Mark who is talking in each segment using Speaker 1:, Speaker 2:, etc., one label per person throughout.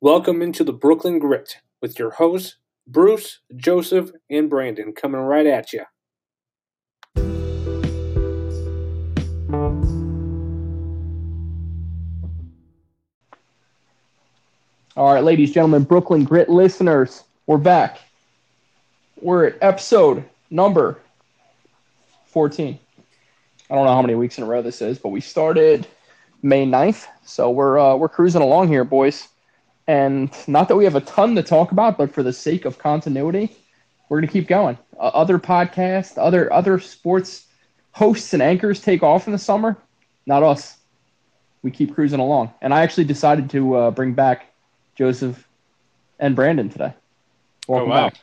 Speaker 1: Welcome into the Brooklyn Grit with your hosts, Bruce, Joseph, and Brandon coming right at you.
Speaker 2: All right, ladies, gentlemen, Brooklyn Grit listeners, we're back. We're at episode number 14. I don't know how many weeks in a row this is, but we started May 9th, so we're uh, we're cruising along here, boys. And not that we have a ton to talk about, but for the sake of continuity, we're gonna keep going. Uh, other podcasts, other other sports hosts and anchors take off in the summer. Not us. We keep cruising along. And I actually decided to uh, bring back Joseph and Brandon today. Welcome
Speaker 3: wow.
Speaker 2: back.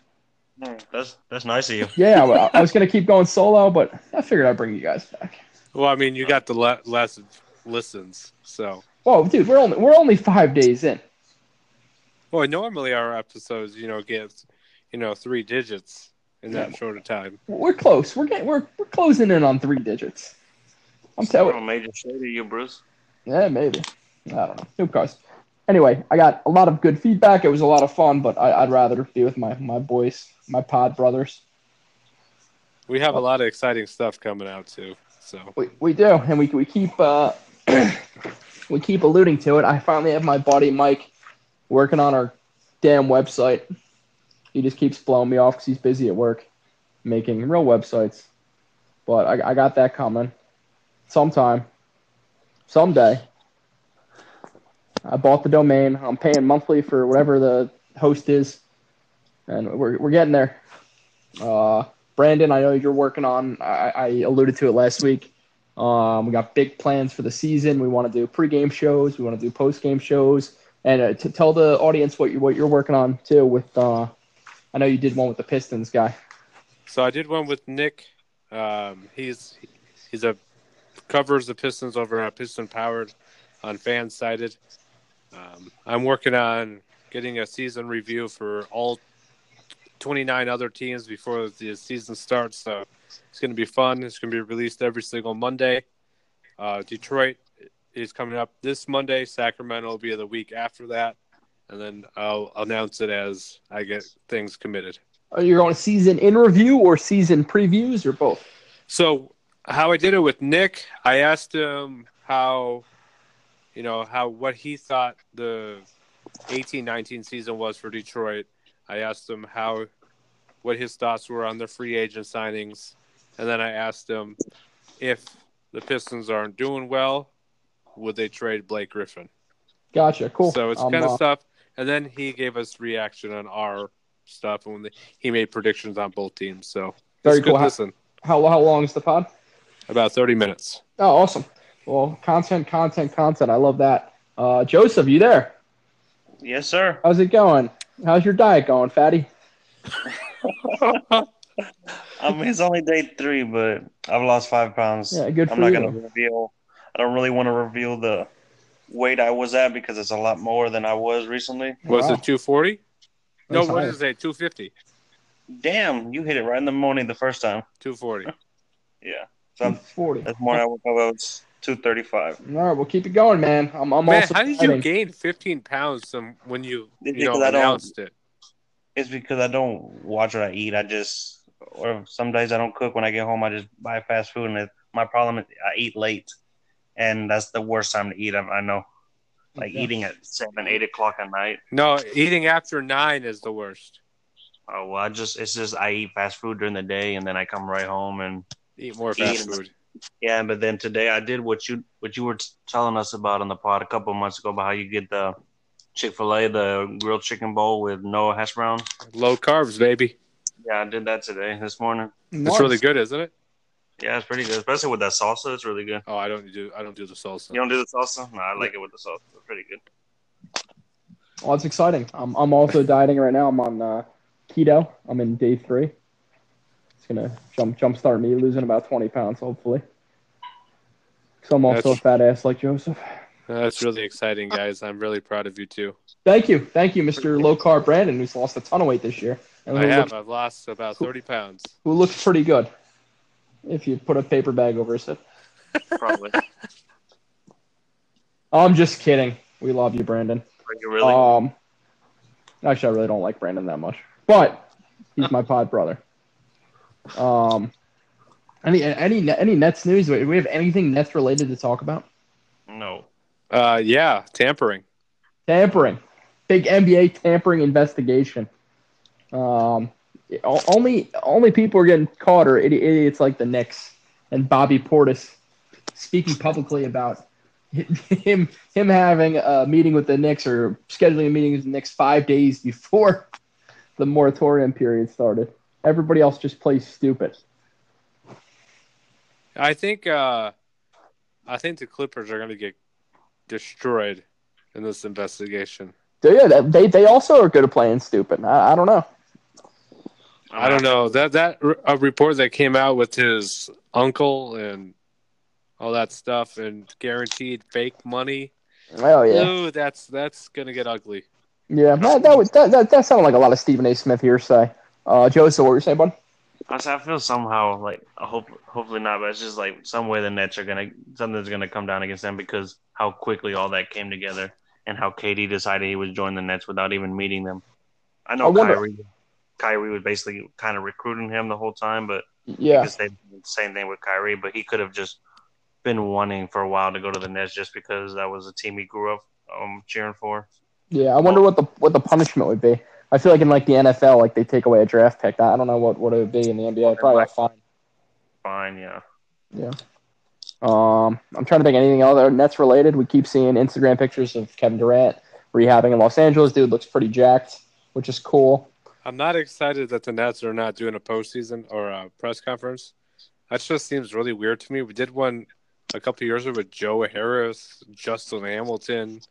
Speaker 3: That's that's nice of you.
Speaker 2: Yeah, well, I was gonna keep going solo, but I figured I'd bring you guys back.
Speaker 4: Well, I mean, you got the le- less listens, so.
Speaker 2: Whoa, dude, we're only we're only five days in.
Speaker 4: Well, normally our episodes, you know, get you know three digits in that short a time.
Speaker 2: We're close. We're getting we're we're closing in on three digits. I'm
Speaker 3: Throw
Speaker 2: telling.
Speaker 3: a major shade at you, Bruce.
Speaker 2: Yeah, maybe. I don't know. Who cares? Anyway, I got a lot of good feedback. It was a lot of fun, but I, I'd rather be with my my boys, my pod brothers.
Speaker 4: We have a lot of exciting stuff coming out too. So
Speaker 2: We we do, and we we keep uh, we keep alluding to it. I finally have my buddy Mike working on our damn website. He just keeps blowing me off because he's busy at work making real websites. But I, I got that coming sometime, someday. I bought the domain. I'm paying monthly for whatever the host is, and we're we're getting there. Uh, Brandon, I know you're working on. I, I alluded to it last week. Um, we got big plans for the season. We want to do pregame shows. We want to do postgame shows, and uh, to tell the audience what you what you're working on too. With uh, I know you did one with the Pistons guy.
Speaker 4: so I did one with Nick. Um, he's he's a covers the Pistons over at Piston Powered on Fan Sided. Um, I'm working on getting a season review for all 29 other teams before the season starts. So it's going to be fun. It's going to be released every single Monday. Uh, Detroit is coming up this Monday. Sacramento will be the week after that. And then I'll announce it as I get things committed.
Speaker 2: Are you on season in review or season previews or both?
Speaker 4: So how I did it with Nick, I asked him how you know how what he thought the eighteen nineteen season was for Detroit. I asked him how what his thoughts were on the free agent signings, and then I asked him if the Pistons aren't doing well, would they trade Blake Griffin?
Speaker 2: Gotcha. Cool.
Speaker 4: So it's
Speaker 2: Um,
Speaker 4: kind of
Speaker 2: uh,
Speaker 4: stuff. And then he gave us reaction on our stuff, and when he made predictions on both teams. So it's
Speaker 2: Very
Speaker 4: good
Speaker 2: cool.
Speaker 4: Listen,
Speaker 2: How how long is the pod?
Speaker 4: about thirty minutes.
Speaker 2: Oh, awesome. Well, content, content, content. I love that. Uh, Joseph, you there?
Speaker 3: Yes, sir.
Speaker 2: How's it going? How's your diet going, fatty?
Speaker 3: I mean, it's only day three, but I've lost five pounds.
Speaker 2: Yeah, good
Speaker 3: I'm
Speaker 2: for
Speaker 3: not
Speaker 2: you.
Speaker 3: going to reveal. I don't really want to reveal the weight I was at because it's a lot more than I was recently.
Speaker 4: Was
Speaker 2: Wow.
Speaker 4: it 240? No,
Speaker 2: That's
Speaker 4: what
Speaker 2: high.
Speaker 4: did it say? 250.
Speaker 3: Damn, you hit it right in the morning the first time.
Speaker 4: 240.
Speaker 3: Yeah, so I'm,
Speaker 2: 40.
Speaker 3: this morning I woke up I was two thirty-five.
Speaker 2: All right, well, keep it going, man. I'm, I'm
Speaker 4: Man,
Speaker 2: also
Speaker 4: how did you
Speaker 2: fighting.
Speaker 4: gain 15 pounds some, when you,
Speaker 3: It's
Speaker 4: you know,
Speaker 3: because I don't-
Speaker 4: announced it?
Speaker 3: It's because I don't watch what I eat. I just, or some days I don't cook. When I get home, I just buy fast food, and it, my problem is I eat late, and that's the worst time to eat. I, I know. like
Speaker 2: Yeah.
Speaker 3: eating at seven, eight o'clock at night.
Speaker 4: No, eating after nine is the worst.
Speaker 3: Oh, well, I just it's just I eat fast food during the day and then I come right home and
Speaker 4: Eat more fast
Speaker 3: Eating.
Speaker 4: food.
Speaker 3: yeah. But then today I did what you what you were t- telling us about on the pod a couple of months ago about how you get the Chick Fil A the grilled chicken bowl with no hash brown.
Speaker 4: Low carbs, baby.
Speaker 3: Yeah, I did that today this morning.
Speaker 4: That's really good, isn't it?
Speaker 3: Yeah, it's pretty good, especially with that salsa. It's really good.
Speaker 4: Oh, I don't do I don't do the salsa.
Speaker 3: You don't do the salsa? No, I like it with the salsa. It's pretty good.
Speaker 2: Well, that's exciting. I'm, I'm also dieting right now. I'm on uh, keto. I'm in day three. It's going to jump jumpstart me losing about 20 pounds, hopefully. So I'm also
Speaker 4: That's-
Speaker 2: a fat ass like Joseph.
Speaker 4: Uh, That's really exciting, guys. I'm really proud of you too.
Speaker 2: Thank you. Thank you, Mr. Low Carb Brandon, who's lost a ton of weight this year. And
Speaker 4: I
Speaker 2: who
Speaker 4: have.
Speaker 2: looks,
Speaker 4: I've lost about 30 pounds.
Speaker 2: who looks pretty good if you put a paper bag over his head.
Speaker 3: Probably.
Speaker 2: I'm just kidding. We love you, Brandon.
Speaker 3: Are you really?
Speaker 2: Um, Actually, I really don't like Brandon that much, but he's my pod brother. Um, any any any Nets news? Do we have anything Nets related to talk about?
Speaker 3: No.
Speaker 4: Uh, yeah, tampering.
Speaker 2: Tampering, big NBA tampering investigation. Um, o- only only people are getting caught are idi- idiots like the Knicks and Bobby Portis speaking publicly about him him having a meeting with the Knicks or scheduling a meeting with the Knicks five days before the moratorium period started. Everybody else just plays stupid.
Speaker 4: I think uh, I think the Clippers are going to get destroyed in this investigation.
Speaker 2: So, yeah, that- they they also are good at playing stupid. I, I don't know.
Speaker 4: I don't know that that r- a report that came out with his uncle and all that stuff and guaranteed fake money.
Speaker 2: Oh yeah,
Speaker 4: Ooh, that's that's gonna get ugly.
Speaker 2: yeah. That that, was, that that that sounded like a lot of Stephen A. Smith hearsay. Uh, Joe, so what were you saying, bud?
Speaker 3: I said, I feel somehow like I hope hopefully not, but it's just like somewhere the Nets are gonna something's gonna come down against them because how quickly all that came together and how KD decided he was joining the Nets without even meeting them. I know
Speaker 2: I wonder-
Speaker 3: Kyrie Kyrie was basically kind of recruiting him the whole time, but
Speaker 2: Yeah.
Speaker 3: because they did the same thing with Kyrie, but he could have just been wanting for a while to go to the Nets just because that was a team he grew up um, cheering for.
Speaker 2: Yeah, I wonder what the what the punishment would be. I feel like in like the NFL, like they take away a draft pick. I don't know what, what it would be in the NBA. Probably a fine.
Speaker 3: Fine, yeah.
Speaker 2: Um, I'm trying to think of anything other Nets related. We keep seeing Instagram pictures of Kevin Durant rehabbing in Los Angeles. Dude looks pretty jacked, which is cool.
Speaker 4: I'm not excited that the Nets are not doing a postseason or a press conference. That just seems really weird to me. We did one a couple years ago with Joe Harris, Justin Hamilton,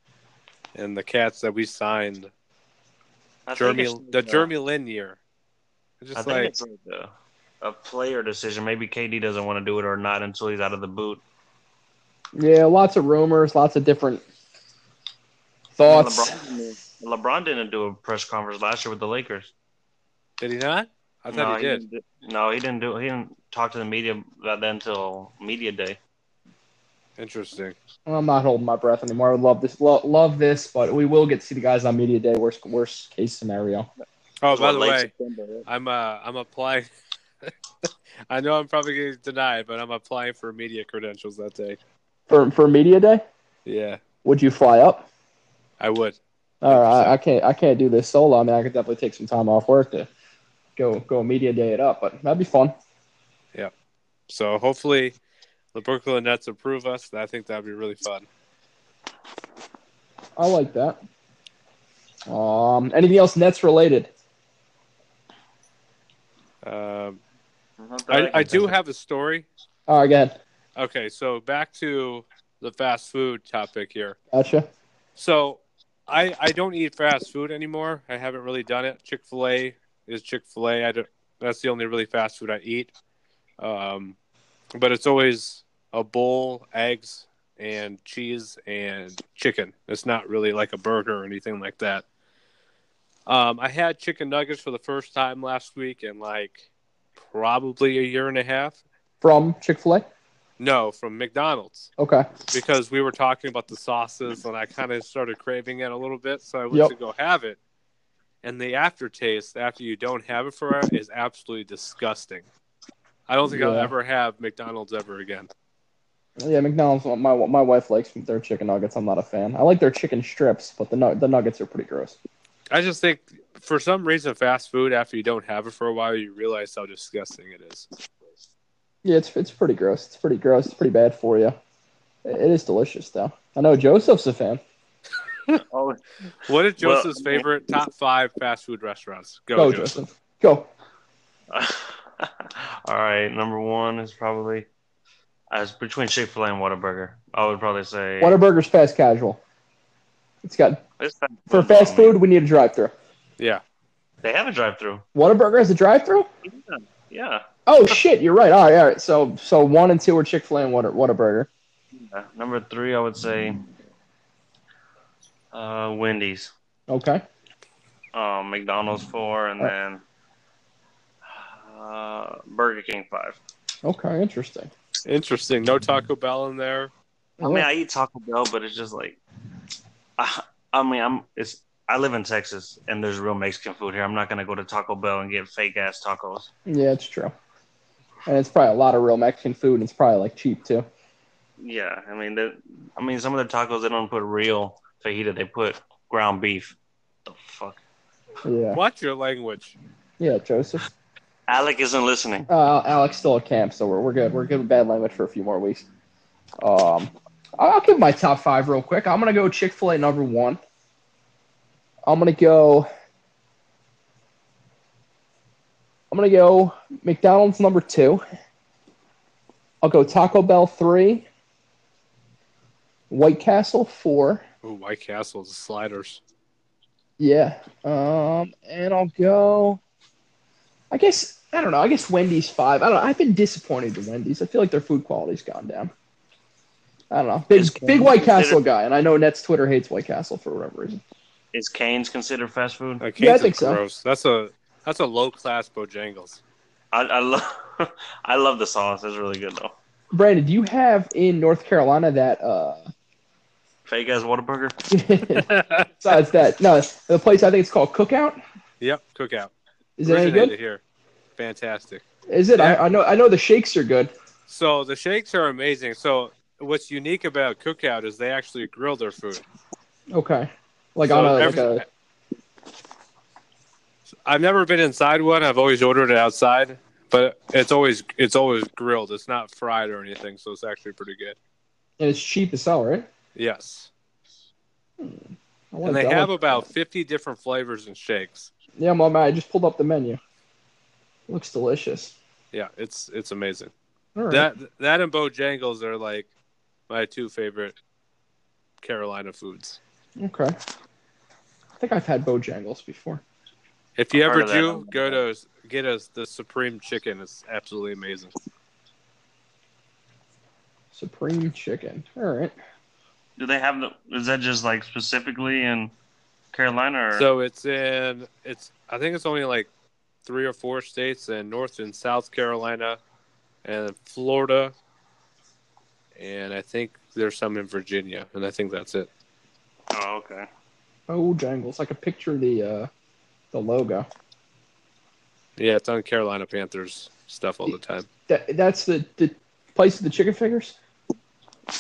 Speaker 4: and the cats that we signed.
Speaker 3: I think
Speaker 4: Jeremy,
Speaker 3: it's- uh,
Speaker 4: the Jeremy Lin year. It's
Speaker 3: I
Speaker 4: just
Speaker 3: think
Speaker 4: like
Speaker 3: it's like a, a player decision. Maybe KD doesn't want to do it or not until he's out of the boot.
Speaker 2: Yeah, lots of rumors, lots of different
Speaker 4: Oh,
Speaker 2: thoughts.
Speaker 3: LeBron, LeBron didn't do a press conference last year with the Lakers.
Speaker 4: did he not? I thought he did.
Speaker 3: didn't- No, he didn't do. He didn't talk to the media about that until media day.
Speaker 4: Interesting.
Speaker 2: I'm not holding my breath anymore. I would love this, lo- love this, but we will get to see the guys on media day. Worst worst case scenario.
Speaker 4: Oh, by the
Speaker 3: Late
Speaker 4: way,
Speaker 3: September, right?
Speaker 4: I'm uh, I'm applying. I know I'm probably getting denied, but I'm applying for media credentials that day.
Speaker 2: For for media day,
Speaker 4: Yeah,
Speaker 2: would you fly up?
Speaker 4: I would.
Speaker 2: All right, I, I can't I can't do this solo. I mean, I could definitely take some time off work to go go media day it up, but that'd be fun.
Speaker 4: So hopefully, the Brooklyn Nets approve us. I think that'd be really fun.
Speaker 2: I like that. Um, anything else Nets related?
Speaker 4: Um,
Speaker 3: Not that
Speaker 4: I,
Speaker 3: can
Speaker 4: I do
Speaker 3: think of.
Speaker 4: have a story.
Speaker 2: All right, go ahead.
Speaker 4: Okay, so back to the fast food topic here.
Speaker 2: Gotcha.
Speaker 4: So I I don't eat fast food anymore. I haven't really done it. Chick fil A is Chick fil A. I don't, that's the only really fast food I eat. Um, but it's always a bowl, eggs, and cheese and chicken. It's not really like a burger or anything like that. Um, I had chicken nuggets for the first time last week in like probably a year and a half.
Speaker 2: From Chick Fil A.
Speaker 4: No, from McDonald's
Speaker 2: Okay.
Speaker 4: because we were talking about the sauces and I kind of started craving it a little bit, so I went
Speaker 2: Yep.
Speaker 4: to go have it. And the aftertaste after you don't have it for it is absolutely disgusting. I don't think I'll
Speaker 2: Yeah.
Speaker 4: ever have McDonald's ever again.
Speaker 2: Yeah, McDonald's. My my wife likes their chicken nuggets. I'm not a fan. I like their chicken strips, but the nu- the nuggets are pretty gross.
Speaker 4: I just think for some reason fast food after you don't have it for a while you realize how disgusting it is.
Speaker 2: Yeah, it's it's pretty gross. It's pretty gross. It's pretty bad for you. It it is delicious though. I know Joseph's a fan.
Speaker 3: Oh,
Speaker 4: What is
Speaker 3: Well-
Speaker 4: Joseph's favorite top five fast food restaurants? Go,
Speaker 2: Go,
Speaker 4: Joseph.
Speaker 2: Joseph. Go.
Speaker 3: All right, number one is probably uh, it's between Chick Fil A and Whataburger. I would probably say
Speaker 2: Whataburger's fast casual. It's got
Speaker 3: It's fast
Speaker 2: For
Speaker 3: food,
Speaker 2: fast
Speaker 3: though, man.
Speaker 2: food, we need a drive-through.
Speaker 4: Yeah.
Speaker 3: they have a drive-through.
Speaker 2: Whataburger has a drive-through?
Speaker 3: Yeah.
Speaker 2: Oh shit, you're right. All right, all right. So, so one and two are Chick-fil-A and Whata- Whataburger.
Speaker 3: yeah. Uh, Number three, I would say uh, Wendy's,
Speaker 2: Okay.
Speaker 3: uh, McDonald's four, and
Speaker 2: Uh.
Speaker 3: then uh, Burger King five.
Speaker 2: Okay, interesting.
Speaker 4: Interesting. No Taco Bell in there.
Speaker 3: I mean, I eat Taco Bell, but it's just like I, I mean, I'm it's I live in Texas and there's real Mexican food here. I'm not gonna go to Taco Bell and get fake ass tacos.
Speaker 2: Yeah, it's true. And it's probably a lot of real Mexican food, and it's probably like cheap too.
Speaker 3: Yeah, I mean, they- I mean, some of their tacos they don't put real fajita. They put ground beef. The fuck,
Speaker 2: Yeah,
Speaker 4: Watch your language.
Speaker 2: yeah, Joseph.
Speaker 3: Alec isn't listening.
Speaker 2: Uh, Alex still at camp, so we're, we're good. We're good with bad language for a few more weeks. Um, I'll give my top five real quick. I'm gonna go Chick Fil A number one. I'm gonna go. I'm gonna go McDonald's number two. I'll go Taco Bell three. White Castle four.
Speaker 4: Ooh, White Castle's sliders.
Speaker 2: Yeah. Um, and I'll go. I guess I don't know. I guess Wendy's five. I don't. know. I've been disappointed with Wendy's. I feel like their food quality's gone down. I don't know. Big
Speaker 3: Is-
Speaker 2: big White Castle guy, and I know Nets Twitter hates White Castle for whatever reason.
Speaker 3: Is Canes considered fast food?
Speaker 4: That
Speaker 2: Yeah, I
Speaker 4: Kansas
Speaker 2: think so.
Speaker 4: gross. That's a that's a low class Bojangles.
Speaker 3: I, I love, I love the sauce. It's really good though.
Speaker 2: Brandon, do you have in North Carolina that? uh
Speaker 3: Fake ass Whataburger.
Speaker 2: Besides that, no, the place I think it's called Cookout.
Speaker 4: yep, cookout.
Speaker 2: Is it any
Speaker 4: Originated
Speaker 2: good?
Speaker 4: here. Fantastic.
Speaker 2: Is it? I, I know. I know the shakes are good.
Speaker 4: So the shakes are amazing. So what's unique about cookout is they actually grill their food.
Speaker 2: Okay. Like
Speaker 4: So
Speaker 2: on a
Speaker 4: every-
Speaker 2: like a
Speaker 4: I've never been inside one. I've always ordered it outside, but it's always it's always grilled. It's not fried or anything, so it's actually pretty good.
Speaker 2: and it's cheap as hell, right?
Speaker 4: Yes,
Speaker 2: I
Speaker 4: and
Speaker 2: like
Speaker 4: they
Speaker 2: that. I
Speaker 4: have
Speaker 2: like-
Speaker 4: about fifty different flavors and shakes.
Speaker 2: Yeah, my man, I just pulled up the menu. Looks delicious.
Speaker 4: Yeah, it's it's amazing.
Speaker 2: All right.
Speaker 4: That that and Bojangles are like my two favorite Carolina foods.
Speaker 2: okay. I think I've had Bojangles before.
Speaker 4: If you
Speaker 3: I've
Speaker 4: ever
Speaker 3: heard of that.
Speaker 4: do, go to get us the supreme chicken. It's absolutely amazing.
Speaker 2: Supreme chicken. All right.
Speaker 3: Do they have the? Is that just like specifically in Carolina? Or,
Speaker 4: So it's in it's I think it's only like three or four states in North and South Carolina and Florida and I think there's some in Virginia and I think that's it.
Speaker 3: oh, okay.
Speaker 2: Bojangles. I could picture the uh, the logo.
Speaker 4: Yeah, it's on Carolina Panthers stuff all the time.
Speaker 2: That that's the the place of the chicken fingers. Or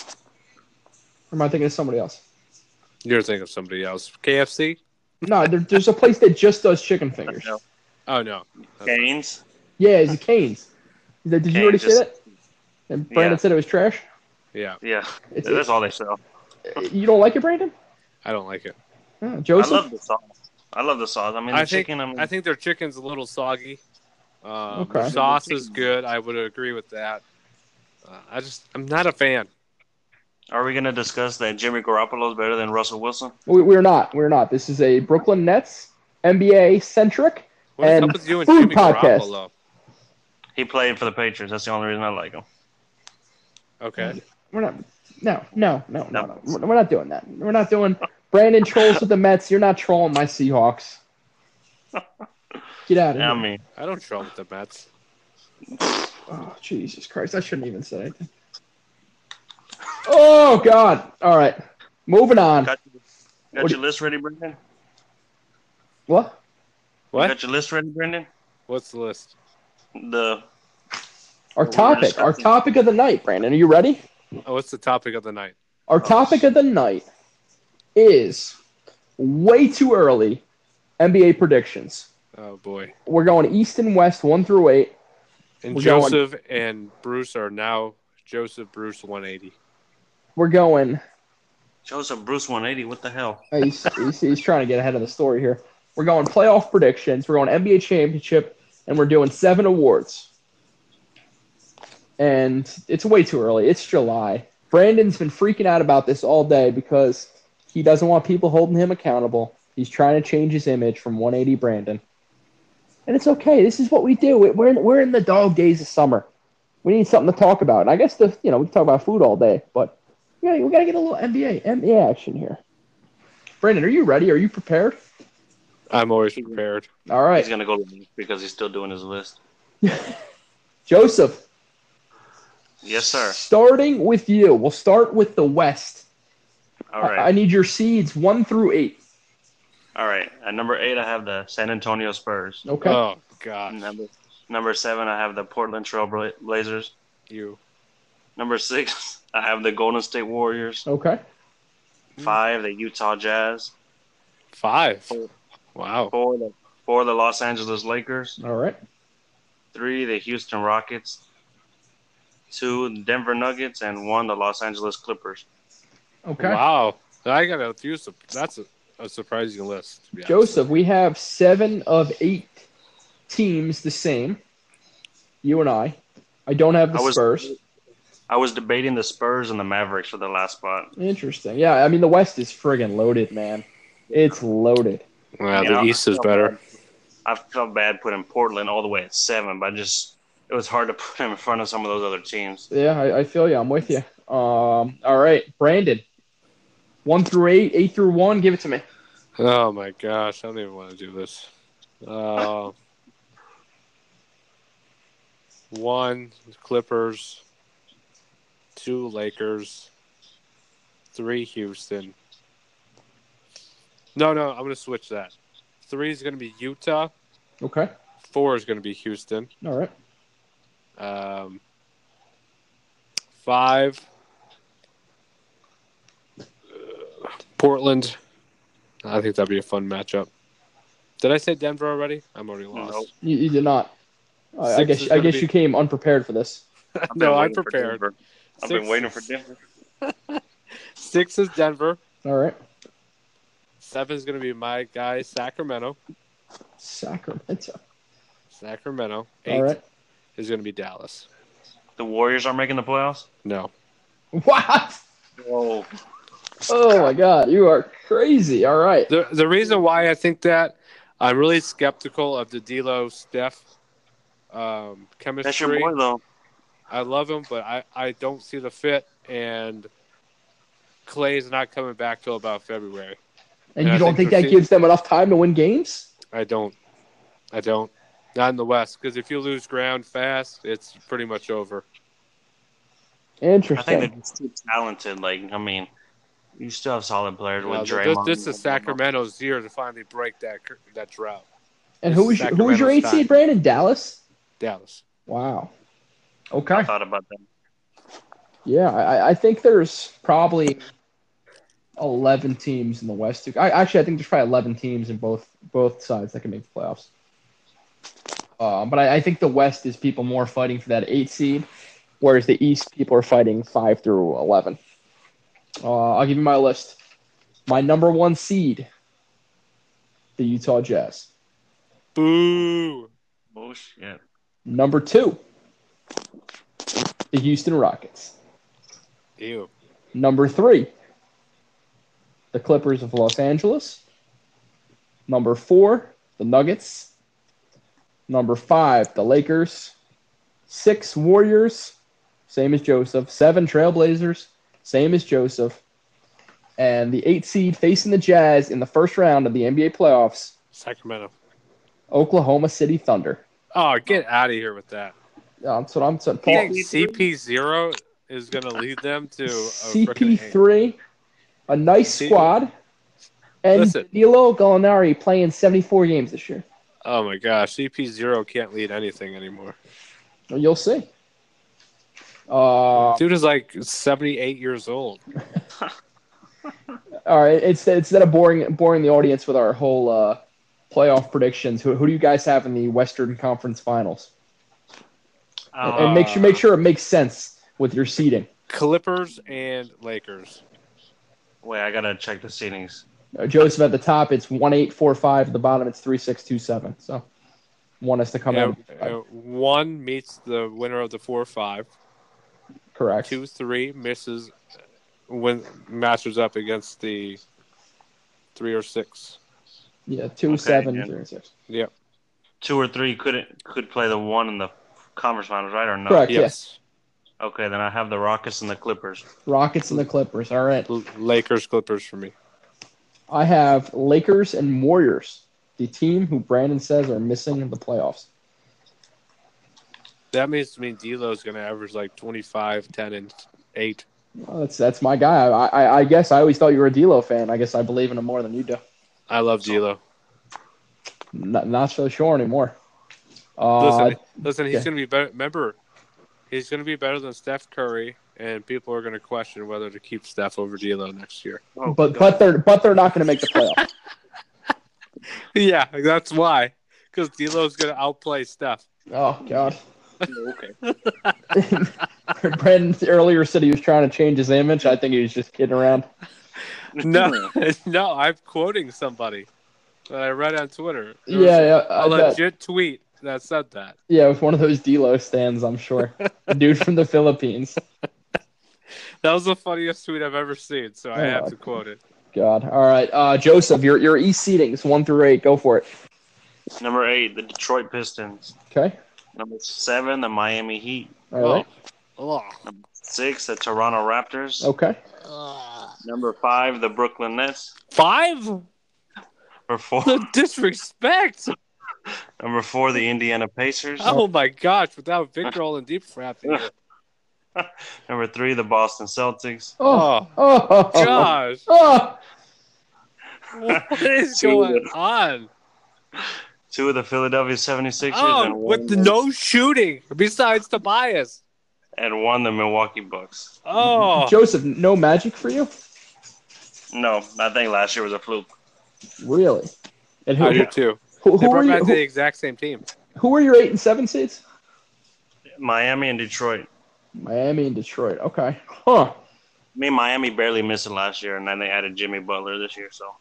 Speaker 2: am I thinking of somebody else?
Speaker 4: You're thinking of somebody else. KFC?
Speaker 2: No, there, there's a place that just does chicken fingers.
Speaker 3: No.
Speaker 4: Oh no.
Speaker 3: Canes.
Speaker 2: Yeah, it's Canes. Did you already say
Speaker 3: Cane's.
Speaker 2: that? And Brandon
Speaker 3: Yeah.
Speaker 2: said it was trash.
Speaker 4: Yeah,
Speaker 3: Yeah,
Speaker 2: It's,
Speaker 3: that's all they sell.
Speaker 2: you don't like it, Brandon?
Speaker 4: I don't like it.
Speaker 2: Oh,
Speaker 3: I
Speaker 2: Joseph.
Speaker 3: love the sauce. I love the sauce. I mean, the
Speaker 4: I think-
Speaker 3: chicken. I mean,
Speaker 4: I think their chicken's a little soggy. Um,
Speaker 2: Okay.
Speaker 4: their sauce is good. I would agree with that. Uh, I just I'm not a fan.
Speaker 3: Are we going to discuss that Jimmy Garoppolo is better than Russell Wilson?
Speaker 2: We, we're not. We're not. This is a Brooklyn Nets NBA centric.
Speaker 4: What's
Speaker 2: And
Speaker 4: up with you and
Speaker 2: food
Speaker 4: Jimmy
Speaker 2: podcast.
Speaker 4: Garoppolo?
Speaker 3: He played for the Patriots. That's the only reason I like him.
Speaker 4: Okay.
Speaker 2: We're not. No, no, no, no,
Speaker 3: No.
Speaker 2: no. We're- We're not doing that. We're not doing Brandon trolls with the Mets. You're not trolling my Seahawks. Get out of
Speaker 3: Yeah,
Speaker 2: here.
Speaker 3: I mean,
Speaker 4: I don't troll with the Mets.
Speaker 2: Oh, Jesus Christ. I shouldn't even say anything. Oh, God. All right. Moving on.
Speaker 3: got, got
Speaker 2: What do
Speaker 3: your list ready, Brendan?
Speaker 2: What?
Speaker 4: What?
Speaker 3: Got your list ready, Brendan?
Speaker 4: What's the list?
Speaker 3: The
Speaker 2: Our
Speaker 3: We're
Speaker 2: topic. Our
Speaker 3: discussing-
Speaker 2: topic of the night, Brandon. Are you ready?
Speaker 4: Oh, what's the topic of the night?
Speaker 2: Our topic of the night is way too early NBA predictions.
Speaker 4: Oh boy.
Speaker 2: We're going east and west, one through eight.
Speaker 4: And
Speaker 2: We're going-
Speaker 4: Joseph and Bruce are now Joseph Bruce 180.
Speaker 2: We're going.
Speaker 3: Joseph Bruce 180. What the hell?
Speaker 2: uh, He's, he's, he's trying to get ahead of the story here. We're going playoff predictions. We're going NBA championship, and we're doing seven awards. And it's way too early. It's July. Brandon's been freaking out about this all day because he doesn't want people holding him accountable. He's trying to change his image from 180 Brandon. And it's okay. This is what we do. We're in, we're in the dog days of summer. We need something to talk about. And I guess the you know we can talk about food all day, but yeah, we got to get a little NBA NBA action here. Brandon, are you ready? Are you prepared?
Speaker 4: I'm always prepared.
Speaker 2: All
Speaker 3: He's
Speaker 2: right.
Speaker 3: going to go last because he's still doing his list.
Speaker 2: Joseph,
Speaker 3: Yes, sir.
Speaker 2: starting with you, we'll start with the West.
Speaker 3: All
Speaker 2: I-, I
Speaker 3: right.
Speaker 2: need your seeds one through eight.
Speaker 3: All right. At number eight, I have the San Antonio Spurs.
Speaker 2: Okay.
Speaker 4: Oh God,
Speaker 3: Number number seven, I have the Portland Trail Bla- Blazers.
Speaker 4: you.
Speaker 3: Number six, I have the Golden State Warriors.
Speaker 2: Okay. Mm-hmm.
Speaker 3: Five, the Utah Jazz.
Speaker 4: Five.
Speaker 3: Four.
Speaker 4: Wow.
Speaker 3: Four, the four, the Los Angeles Lakers.
Speaker 2: All right.
Speaker 3: Three, the Houston Rockets. Two, the Denver Nuggets, and one, the Los Angeles Clippers.
Speaker 2: Okay.
Speaker 4: Wow. I got a few. Su- that's a, a surprising list. to be honest.
Speaker 2: Joseph, we have seven of eight teams the same. You and I. I don't have the
Speaker 3: I was-
Speaker 2: Spurs.
Speaker 3: I was debating the Spurs and the Mavericks for the last spot.
Speaker 2: Interesting. Yeah, I mean the West is friggin' loaded, man. It's loaded.
Speaker 4: Wow,
Speaker 3: You
Speaker 4: the
Speaker 3: know,
Speaker 4: East
Speaker 3: I
Speaker 4: is
Speaker 3: felt
Speaker 4: better.
Speaker 3: bad. I felt bad putting Portland all the way at seven, but I just it was hard to put him in front of some of those other teams.
Speaker 2: Yeah, I, I feel you. I'm with you. Um, all right, Brandon. One through eight, eight through one. Give it to me.
Speaker 4: Oh my gosh, I don't even want to do this. Uh, one Clippers, two Lakers, three Houston. No, no, I'm gonna switch that. Three is gonna be Utah.
Speaker 2: Okay.
Speaker 4: Four is gonna be Houston.
Speaker 2: All right.
Speaker 4: Um, five. uh, Portland. I think that'd be a fun matchup. Did I say Denver already? I'm already lost.
Speaker 2: You, you did not. I, I
Speaker 4: Six
Speaker 2: guess
Speaker 4: is
Speaker 2: I
Speaker 4: gonna
Speaker 2: guess
Speaker 4: be-
Speaker 2: you came unprepared for this.
Speaker 3: I've been
Speaker 4: No, I'm
Speaker 3: waiting for
Speaker 4: prepared.
Speaker 3: Denver. I've
Speaker 4: Six-
Speaker 3: been waiting for Denver.
Speaker 4: Six is Denver.
Speaker 2: All right.
Speaker 4: Seven is going to be my guy, Sacramento.
Speaker 2: Sacramento.
Speaker 4: Sacramento. Eight
Speaker 2: All right.
Speaker 4: is going to be Dallas.
Speaker 3: The Warriors aren't making the playoffs.
Speaker 4: No.
Speaker 2: What?
Speaker 3: Whoa!
Speaker 2: Oh my God, you are crazy. All right.
Speaker 4: The, the reason why I think that, I'm really skeptical of the D'Lo Steph um, chemistry.
Speaker 3: That's your boy though.
Speaker 4: I love him, but I, I don't see the fit. And Clay's not coming back till about February.
Speaker 2: And
Speaker 4: Yeah,
Speaker 2: you
Speaker 4: I
Speaker 2: don't think
Speaker 4: think
Speaker 2: that
Speaker 4: proceed.
Speaker 2: gives them enough time to win games?
Speaker 4: I don't. I don't. Not in the West, because if you lose ground fast, it's pretty much over.
Speaker 3: I think they're
Speaker 2: Interesting.
Speaker 3: just too talented. Like I mean, you still have solid players
Speaker 4: Uh,
Speaker 3: with
Speaker 4: th-
Speaker 3: Draymond.
Speaker 4: this, this is Sacramento's year to finally break that cur- that drought.
Speaker 2: And who was your, who was your eight
Speaker 4: Sacramento's
Speaker 2: seed,
Speaker 4: time.
Speaker 2: Brandon? Dallas.
Speaker 4: Dallas.
Speaker 2: Wow.
Speaker 3: I
Speaker 2: Okay.
Speaker 3: thought about that.
Speaker 2: Yeah, I, I think there's probably eleven teams in the West. who- I, actually, I think there's probably eleven teams in both both sides that can make the playoffs. Um, but I, I think the West is people more fighting for that eight seed, whereas the East people are fighting five through eleven. Uh, I'll give you my list. My number one seed, the Utah Jazz.
Speaker 4: Boo!
Speaker 3: Oh shit!
Speaker 2: Number two, the Houston Rockets.
Speaker 4: Ew.
Speaker 2: Number three, the Clippers of Los Angeles. Number four, the Nuggets. Number five, the Lakers. Six, Warriors. Same as Joseph. Seven, Trailblazers. Same as Joseph. And the eight seed facing the Jazz in the first round of the NBA playoffs,
Speaker 4: Sacramento.
Speaker 2: Oklahoma City Thunder.
Speaker 4: Oh, get out of here with that.
Speaker 2: Yeah, that's what I'm saying.
Speaker 4: You
Speaker 2: Paul,
Speaker 4: think CP0 is going to lead them to a frickin' eight?
Speaker 2: CP3, a nice
Speaker 4: See-
Speaker 2: squad, and
Speaker 4: Listen.
Speaker 2: Danilo Gallinari playing 74 games this year.
Speaker 4: Oh my gosh, CP0 can't lead anything anymore.
Speaker 2: You'll see. Uh,
Speaker 4: Dude is like 78 years old.
Speaker 2: all right, it's instead of boring boring the audience with our whole uh, playoff predictions, who, who do you guys have in the Western Conference Finals? And-
Speaker 3: Uh,
Speaker 2: and make sure make sure it makes sense with your seating.
Speaker 4: Clippers and Lakers.
Speaker 3: wait, I gotta check the seedings.
Speaker 2: Uh, Joseph at the top, it's one eight four five. At the bottom, it's three six two seven. So, want us to come
Speaker 4: Yeah,
Speaker 2: in
Speaker 4: uh, one meets the winner of the four or five.
Speaker 2: correct?
Speaker 4: Two three misses when matches up against the three or six.
Speaker 2: Yeah, two
Speaker 3: Okay,
Speaker 2: seven
Speaker 3: yeah.
Speaker 2: zero six.
Speaker 4: Yep.
Speaker 3: Two or three couldn't could play the one in the conference finals, right or no?
Speaker 2: Correct.
Speaker 4: Yes.
Speaker 3: Okay, then I have the Rockets and the Clippers.
Speaker 2: Rockets and the Clippers. All right.
Speaker 4: L- Lakers Clippers for me.
Speaker 2: I have Lakers and Warriors, the team who Brandon says are missing the playoffs.
Speaker 4: That means to me D'Lo's going to average like 25, 10, and eight.
Speaker 2: Well, that's that's my guy. I, I I guess I always thought you were a D'Lo fan. I guess I believe in him more than you do.
Speaker 4: I love D'Lo.
Speaker 2: Not, not so sure anymore. Uh,
Speaker 4: Listen, listen, he's
Speaker 2: yeah.
Speaker 4: going to be better. Remember, he's going to be better than Steph Curry, and people are going to question whether to keep Steph over D'Lo next year.
Speaker 3: Oh,
Speaker 2: but
Speaker 3: God.
Speaker 2: but they're but they're not going to make the playoffs.
Speaker 4: Yeah, that's why, because D'Lo's going to outplay Steph.
Speaker 2: oh God!
Speaker 3: okay.
Speaker 2: Brandon earlier said he was trying to change his image. I think he was just kidding around.
Speaker 4: No, no, I'm quoting somebody that I read on Twitter. There was
Speaker 2: yeah, yeah, I
Speaker 4: a
Speaker 2: bet.
Speaker 4: legit tweet that said that.
Speaker 2: yeah. It was one of those D'Lo stands, I'm sure. A dude from the Philippines.
Speaker 4: That was the funniest tweet I've ever seen, so I
Speaker 2: Oh,
Speaker 4: have to
Speaker 2: okay.
Speaker 4: quote it.
Speaker 2: God. All right, uh, Joseph, your your E seedings one through eight. Go for it.
Speaker 3: Number eight, the Detroit Pistons.
Speaker 2: Okay.
Speaker 3: Number seven, the Miami Heat.
Speaker 2: All right.
Speaker 4: Oh.
Speaker 3: Six, the Toronto Raptors.
Speaker 2: Okay.
Speaker 3: Number five, the Brooklyn Nets.
Speaker 4: Five?
Speaker 3: Number four,
Speaker 4: The disrespect!
Speaker 3: number four, the Indiana Pacers.
Speaker 4: Oh my gosh, without Victor Olin deep frap. here.
Speaker 3: Number three, the Boston Celtics.
Speaker 2: Oh.
Speaker 4: Oh,
Speaker 2: Oh. oh, oh.
Speaker 4: gosh.
Speaker 2: Oh.
Speaker 4: What is going on?
Speaker 3: Two of the Philadelphia 76ers.
Speaker 4: Oh,
Speaker 3: and one
Speaker 4: with the no shooting besides Tobias.
Speaker 3: and one, the Milwaukee Bucks.
Speaker 4: Oh,
Speaker 2: Joseph, no magic for you,
Speaker 3: No, I think last year was a fluke.
Speaker 2: really? And who
Speaker 4: I do too.
Speaker 2: who,
Speaker 4: They
Speaker 2: who, are
Speaker 4: brought
Speaker 2: you,
Speaker 4: back the
Speaker 2: who,
Speaker 4: exact same team.
Speaker 2: who are your eight and seven seeds?
Speaker 3: Miami and Detroit.
Speaker 2: Miami and Detroit. Okay. Huh.
Speaker 3: I mean, Miami barely missed it last year, and then they added Jimmy Butler this year. So,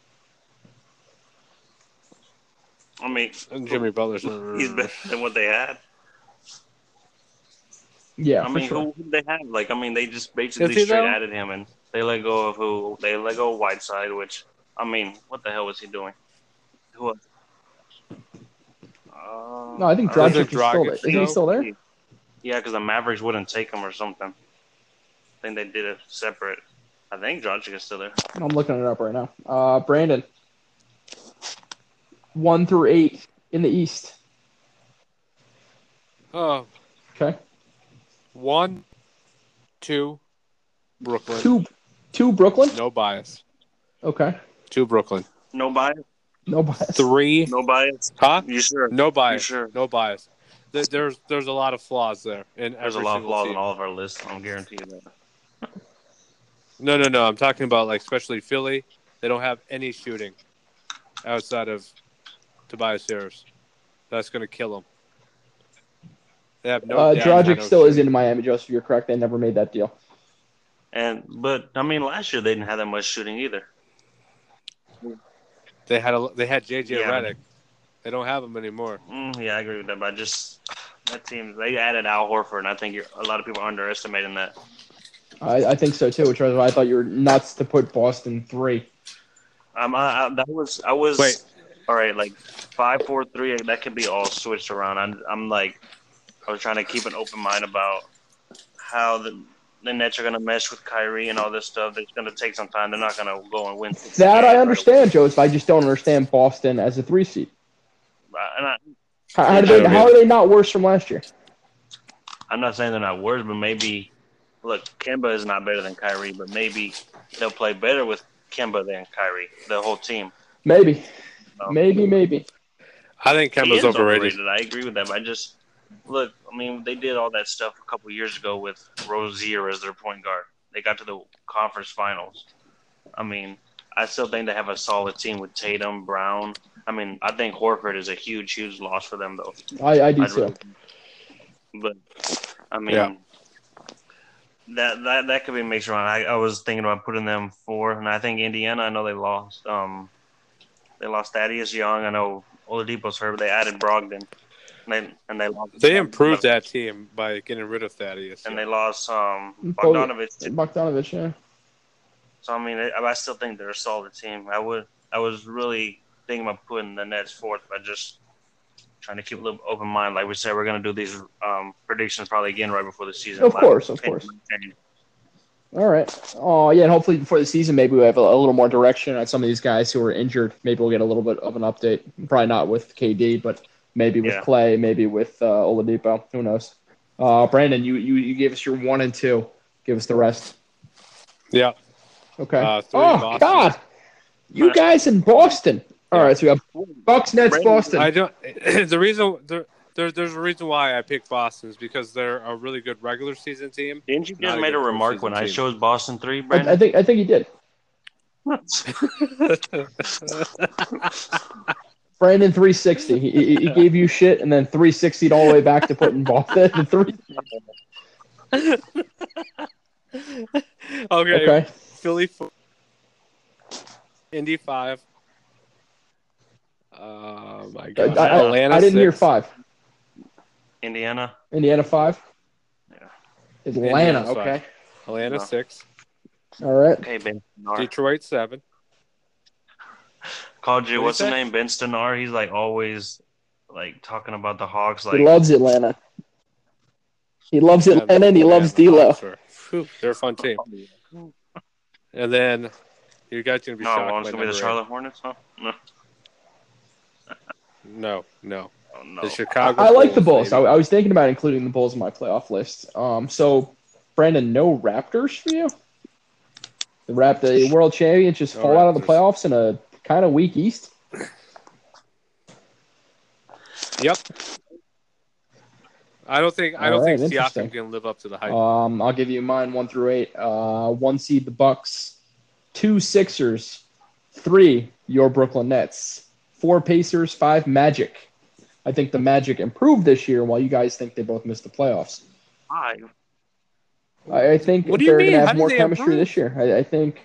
Speaker 3: I mean,
Speaker 4: And Jimmy Butler's
Speaker 3: he's better than what they had.
Speaker 2: Yeah.
Speaker 3: I
Speaker 2: for
Speaker 3: mean,
Speaker 2: sure.
Speaker 3: who did they have? Like, I mean, they just
Speaker 4: Is
Speaker 3: basically
Speaker 4: he
Speaker 3: straight
Speaker 4: though?
Speaker 3: added him, and they let go of who they let go of Whiteside, which I mean, what the hell was he doing? Who else? Uh,
Speaker 2: No, I think
Speaker 4: Dragic
Speaker 2: Dragic is
Speaker 4: Isn't
Speaker 2: still there.
Speaker 4: Dragic
Speaker 2: Isn't he
Speaker 4: still?
Speaker 2: still there?
Speaker 3: Yeah, because the Mavericks wouldn't take him or something. I think they did it separate. I think Dragic is still there.
Speaker 2: I'm looking it up right now. Uh, Brandon, one through eight in the East.
Speaker 4: Oh,
Speaker 2: Okay,
Speaker 4: one, two, Brooklyn.
Speaker 2: two, two Brooklyn.
Speaker 4: No bias.
Speaker 2: Okay,
Speaker 4: Two Brooklyn.
Speaker 3: No bias.
Speaker 2: no bias.
Speaker 4: Three.
Speaker 3: No bias.
Speaker 4: Huh?
Speaker 3: You sure?
Speaker 4: No
Speaker 3: You
Speaker 4: bias.
Speaker 3: sure?
Speaker 4: No bias. Th- There's there's a lot of flaws there. In
Speaker 3: There's a
Speaker 4: every
Speaker 3: lot of
Speaker 4: single
Speaker 3: flaws
Speaker 4: team.
Speaker 3: in all of our lists. I'll guarantee you that.
Speaker 4: No, no, no. I'm talking about like especially Philly. They don't have any shooting outside of Tobias Harris. That's going to kill them. They have no.
Speaker 2: uh,
Speaker 4: depth,
Speaker 2: Dragic
Speaker 4: no
Speaker 2: still is
Speaker 4: shooting.
Speaker 2: in Miami. Joseph, you're correct. They never made that deal.
Speaker 3: And but I mean, last year they didn't have that much shooting either.
Speaker 4: They had a, they had JJ
Speaker 3: Yeah.
Speaker 4: Redick. They don't have him anymore.
Speaker 3: Mm, yeah, I agree with that. But I just that team they added Al Horford, and I think you're, a lot of people are underestimating that.
Speaker 2: I, I think so too, which is why I thought you were nuts to put Boston three.
Speaker 3: Um, I, I, that was I was
Speaker 4: Wait.
Speaker 3: all right. Like five, four, three. That could be all switched around. I'm, I'm like, I was trying to keep an open mind about how the the Nets are going to mesh with Kyrie and all this stuff. It's going to take some time. They're not going to go and win. six
Speaker 2: That
Speaker 3: games
Speaker 2: I
Speaker 3: right
Speaker 2: understand, Joseph. I just don't understand Boston as a three seed.
Speaker 3: away. And I,
Speaker 2: How, how, do they, how are they not worse from last year?
Speaker 3: I'm not saying they're not worse, but maybe look, Kemba is not better than Kyrie, but maybe they'll play better with Kemba than Kyrie, the whole team.
Speaker 2: Maybe,
Speaker 3: Um,
Speaker 2: maybe, maybe.
Speaker 4: I think
Speaker 3: he
Speaker 4: Kemba's
Speaker 3: is
Speaker 4: overrated.
Speaker 3: I agree with that. But I just look, I mean, they did all that stuff a couple years ago with Rozier as their point guard. They got to the conference finals. I mean, I still think they have a solid team with Tatum, Brown. I mean, I think Horford is a huge, huge loss for them though.
Speaker 2: I, I do
Speaker 3: I'd
Speaker 2: too.
Speaker 3: rather- But I mean,
Speaker 4: Yeah.
Speaker 3: that that that could be a mixed round. I, I was thinking about putting them four, and I think Indiana. I know they lost. Um, they lost Thaddeus Young. I know Oladipo's hurt, but they added Brogdon, and they and they lost.
Speaker 4: They improved that team by getting rid of Thaddeus.
Speaker 3: and they lost um
Speaker 2: Bo-
Speaker 3: Bogdanovich.
Speaker 2: Bogdanovich, yeah.
Speaker 3: So I mean, I, I still think they're a solid team. I would. I was really thinking about putting the Nets fourth, but just trying to keep a little open mind. Like we said, we're gonna do these um, predictions probably again right before the season.
Speaker 2: Of
Speaker 3: Like,
Speaker 2: course, of
Speaker 3: opinion
Speaker 2: course.
Speaker 3: might change.
Speaker 2: All right. Oh yeah, and hopefully before the season, maybe we have a, a little more direction on some of these guys who are injured. Maybe we'll get a little bit of an update. Probably not with KD, but maybe with
Speaker 3: Yeah.
Speaker 2: Clay, maybe with uh, Oladipo. Who knows? Uh, Brandon, you, you you gave us your one and two. Give us the rest.
Speaker 4: yeah.
Speaker 2: Okay.
Speaker 4: Uh, three
Speaker 2: oh
Speaker 4: Boston.
Speaker 2: God, you guys in Boston. All
Speaker 4: Yeah.
Speaker 2: right, so we got Bucks, Nets,
Speaker 3: Brandon,
Speaker 2: Boston.
Speaker 4: I don't. The reason there, there there's a reason why I picked Boston is because they're a really good regular season team.
Speaker 3: Didn't you
Speaker 4: Not
Speaker 3: just
Speaker 4: a
Speaker 3: made a
Speaker 4: good
Speaker 3: remark
Speaker 4: postseason
Speaker 3: when I
Speaker 4: team.
Speaker 3: chose Boston three,
Speaker 2: I, I
Speaker 3: Brandon?
Speaker 2: think I think he did. Brandon 360. He, he, he gave you shit and then 360 all the way back to putting Boston. The three,
Speaker 4: okay,
Speaker 2: okay.
Speaker 4: Philly four, Indy five. Oh my
Speaker 2: I,
Speaker 4: god,
Speaker 2: I- I-
Speaker 4: Atlanta.
Speaker 2: I didn't hear
Speaker 4: six.
Speaker 2: five.
Speaker 3: Indiana.
Speaker 2: Indiana five.
Speaker 3: Yeah.
Speaker 2: Atlanta.
Speaker 4: Indiana's
Speaker 2: okay.
Speaker 4: Atlanta
Speaker 3: No.
Speaker 4: six.
Speaker 2: All right.
Speaker 3: Hey, Ben. Stennar.
Speaker 4: Detroit seven.
Speaker 3: Called you.
Speaker 4: What'd
Speaker 3: What's
Speaker 4: he
Speaker 3: his
Speaker 4: say?
Speaker 3: name? Ben Stenar. He's like always like talking about the Hawks. Like
Speaker 2: He loves Atlanta. He loves Atlanta and he loves D'Lo.
Speaker 4: Sure. Whew, They're a fun team. And then you guys gonna be
Speaker 3: no,
Speaker 4: shocked.
Speaker 3: well, it's gonna be
Speaker 4: by
Speaker 3: the
Speaker 4: number eight.
Speaker 3: Charlotte Hornets. Huh? No,
Speaker 4: No, no,
Speaker 3: oh, no.
Speaker 4: the Chicago.
Speaker 2: I like the Bulls. I,
Speaker 4: baby.
Speaker 2: I was thinking about including the Bulls in my playoff list. Um, so, Brandon, no Raptors for you? The Raptors, the world champions just
Speaker 4: No
Speaker 2: fall out of the
Speaker 4: Raptors.
Speaker 2: playoffs in a kind of weak East.
Speaker 4: Yep. I don't think I
Speaker 2: All
Speaker 4: don't
Speaker 2: right,
Speaker 4: think
Speaker 2: interesting.
Speaker 4: Siakam can live up to the hype.
Speaker 2: Um, I'll give you mine one through eight. Uh, one seed the Bucks, two Sixers, three your Brooklyn Nets, four Pacers, five Magic. I think the Magic improved this year, while you guys think they both missed the playoffs.
Speaker 3: Five.
Speaker 2: I, I think
Speaker 4: What do you
Speaker 2: they're going
Speaker 4: mean?
Speaker 2: to
Speaker 4: How
Speaker 2: have
Speaker 4: did
Speaker 2: more
Speaker 4: they
Speaker 2: chemistry
Speaker 4: improve?
Speaker 2: this year. I, I think.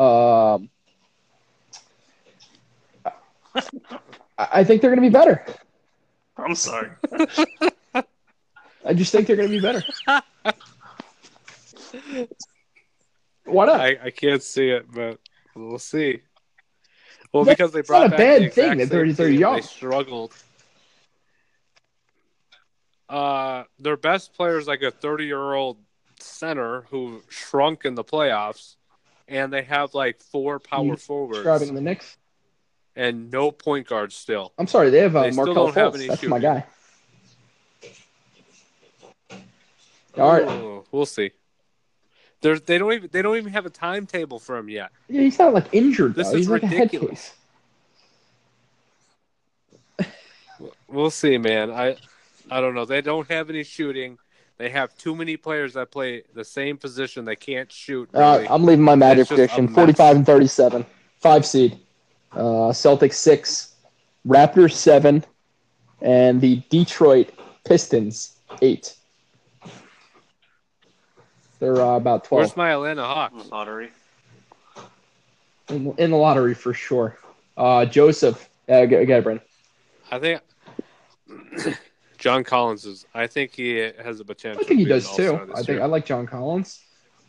Speaker 2: Um, I, I think they're going to be better.
Speaker 3: I'm sorry.
Speaker 2: I just think they're going to be better. Why not?
Speaker 4: I, I can't see it, but we'll see. Well,
Speaker 2: That's
Speaker 4: because they
Speaker 2: not
Speaker 4: brought
Speaker 2: a
Speaker 4: back
Speaker 2: bad
Speaker 4: the exact
Speaker 2: thing that
Speaker 4: same
Speaker 2: they're- they're
Speaker 4: team,
Speaker 2: young.
Speaker 4: They struggled. Uh, their best player is like a 30 year old center who shrunk in the playoffs, and they have like four power
Speaker 2: You
Speaker 4: forwards
Speaker 2: Describing the Knicks.
Speaker 4: and no point guards still.
Speaker 2: I'm sorry, they have uh,
Speaker 4: They still
Speaker 2: Markel
Speaker 4: don't have
Speaker 2: Fultz.
Speaker 4: any
Speaker 2: That's my
Speaker 4: shooting.
Speaker 2: guy. All right.
Speaker 4: Ooh, we'll see. They're, they don't even they don't even have a timetable for him yet.
Speaker 2: Yeah, he's not like injured
Speaker 4: This
Speaker 2: though.
Speaker 4: is
Speaker 2: he's like a head
Speaker 4: ridiculous.
Speaker 2: case.
Speaker 4: We'll see, man. I I don't know. They don't have any shooting. They have too many players that play the same position. They can't shoot. Really.
Speaker 2: Uh, I'm leaving my magic
Speaker 4: It's just a
Speaker 2: prediction:
Speaker 4: mess.
Speaker 2: 45 and 37, five seed, uh, Celtics six, Raptors seven, and the Detroit Pistons eight. They're uh, about 12
Speaker 4: Where's my Atlanta Hawks?
Speaker 3: Lottery.
Speaker 2: in, in the lottery for sure. Uh, Joseph, uh, go, go, Brandon.
Speaker 4: I think John Collins is. I think he has the potential.
Speaker 2: I think he
Speaker 4: to be an
Speaker 2: does too.
Speaker 4: all-star this
Speaker 2: I think
Speaker 4: year.
Speaker 2: I like John Collins.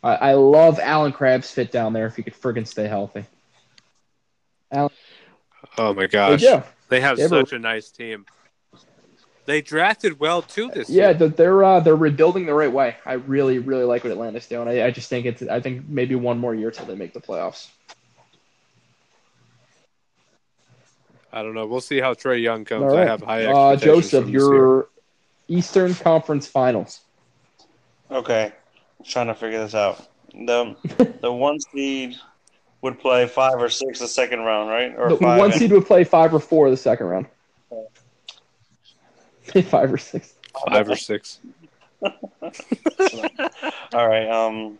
Speaker 2: I, I love Alan Krabs fit down there if he could friggin' stay healthy.
Speaker 4: oh my
Speaker 2: They
Speaker 4: gosh,
Speaker 2: do.
Speaker 4: they have
Speaker 2: They have a-
Speaker 4: such a nice team. They drafted well too this
Speaker 2: Yeah,
Speaker 4: year.
Speaker 2: th- they're uh, they're rebuilding the right way. I really really like what Atlanta's doing. I, I just think it's I think maybe one more year till they make the playoffs.
Speaker 4: I don't know. We'll see how Trey Young comes.
Speaker 2: All right.
Speaker 4: I have high
Speaker 2: Uh,
Speaker 4: expectations.
Speaker 2: Joseph,
Speaker 4: from this year.
Speaker 2: your Eastern Conference Finals.
Speaker 3: Okay, trying to figure this out. The the one seed would play five or six the second round, right? Or
Speaker 2: The
Speaker 3: five.
Speaker 2: one
Speaker 3: and-
Speaker 2: seed would play five or four the second round. five or six.
Speaker 4: five or six.
Speaker 3: All right. Um.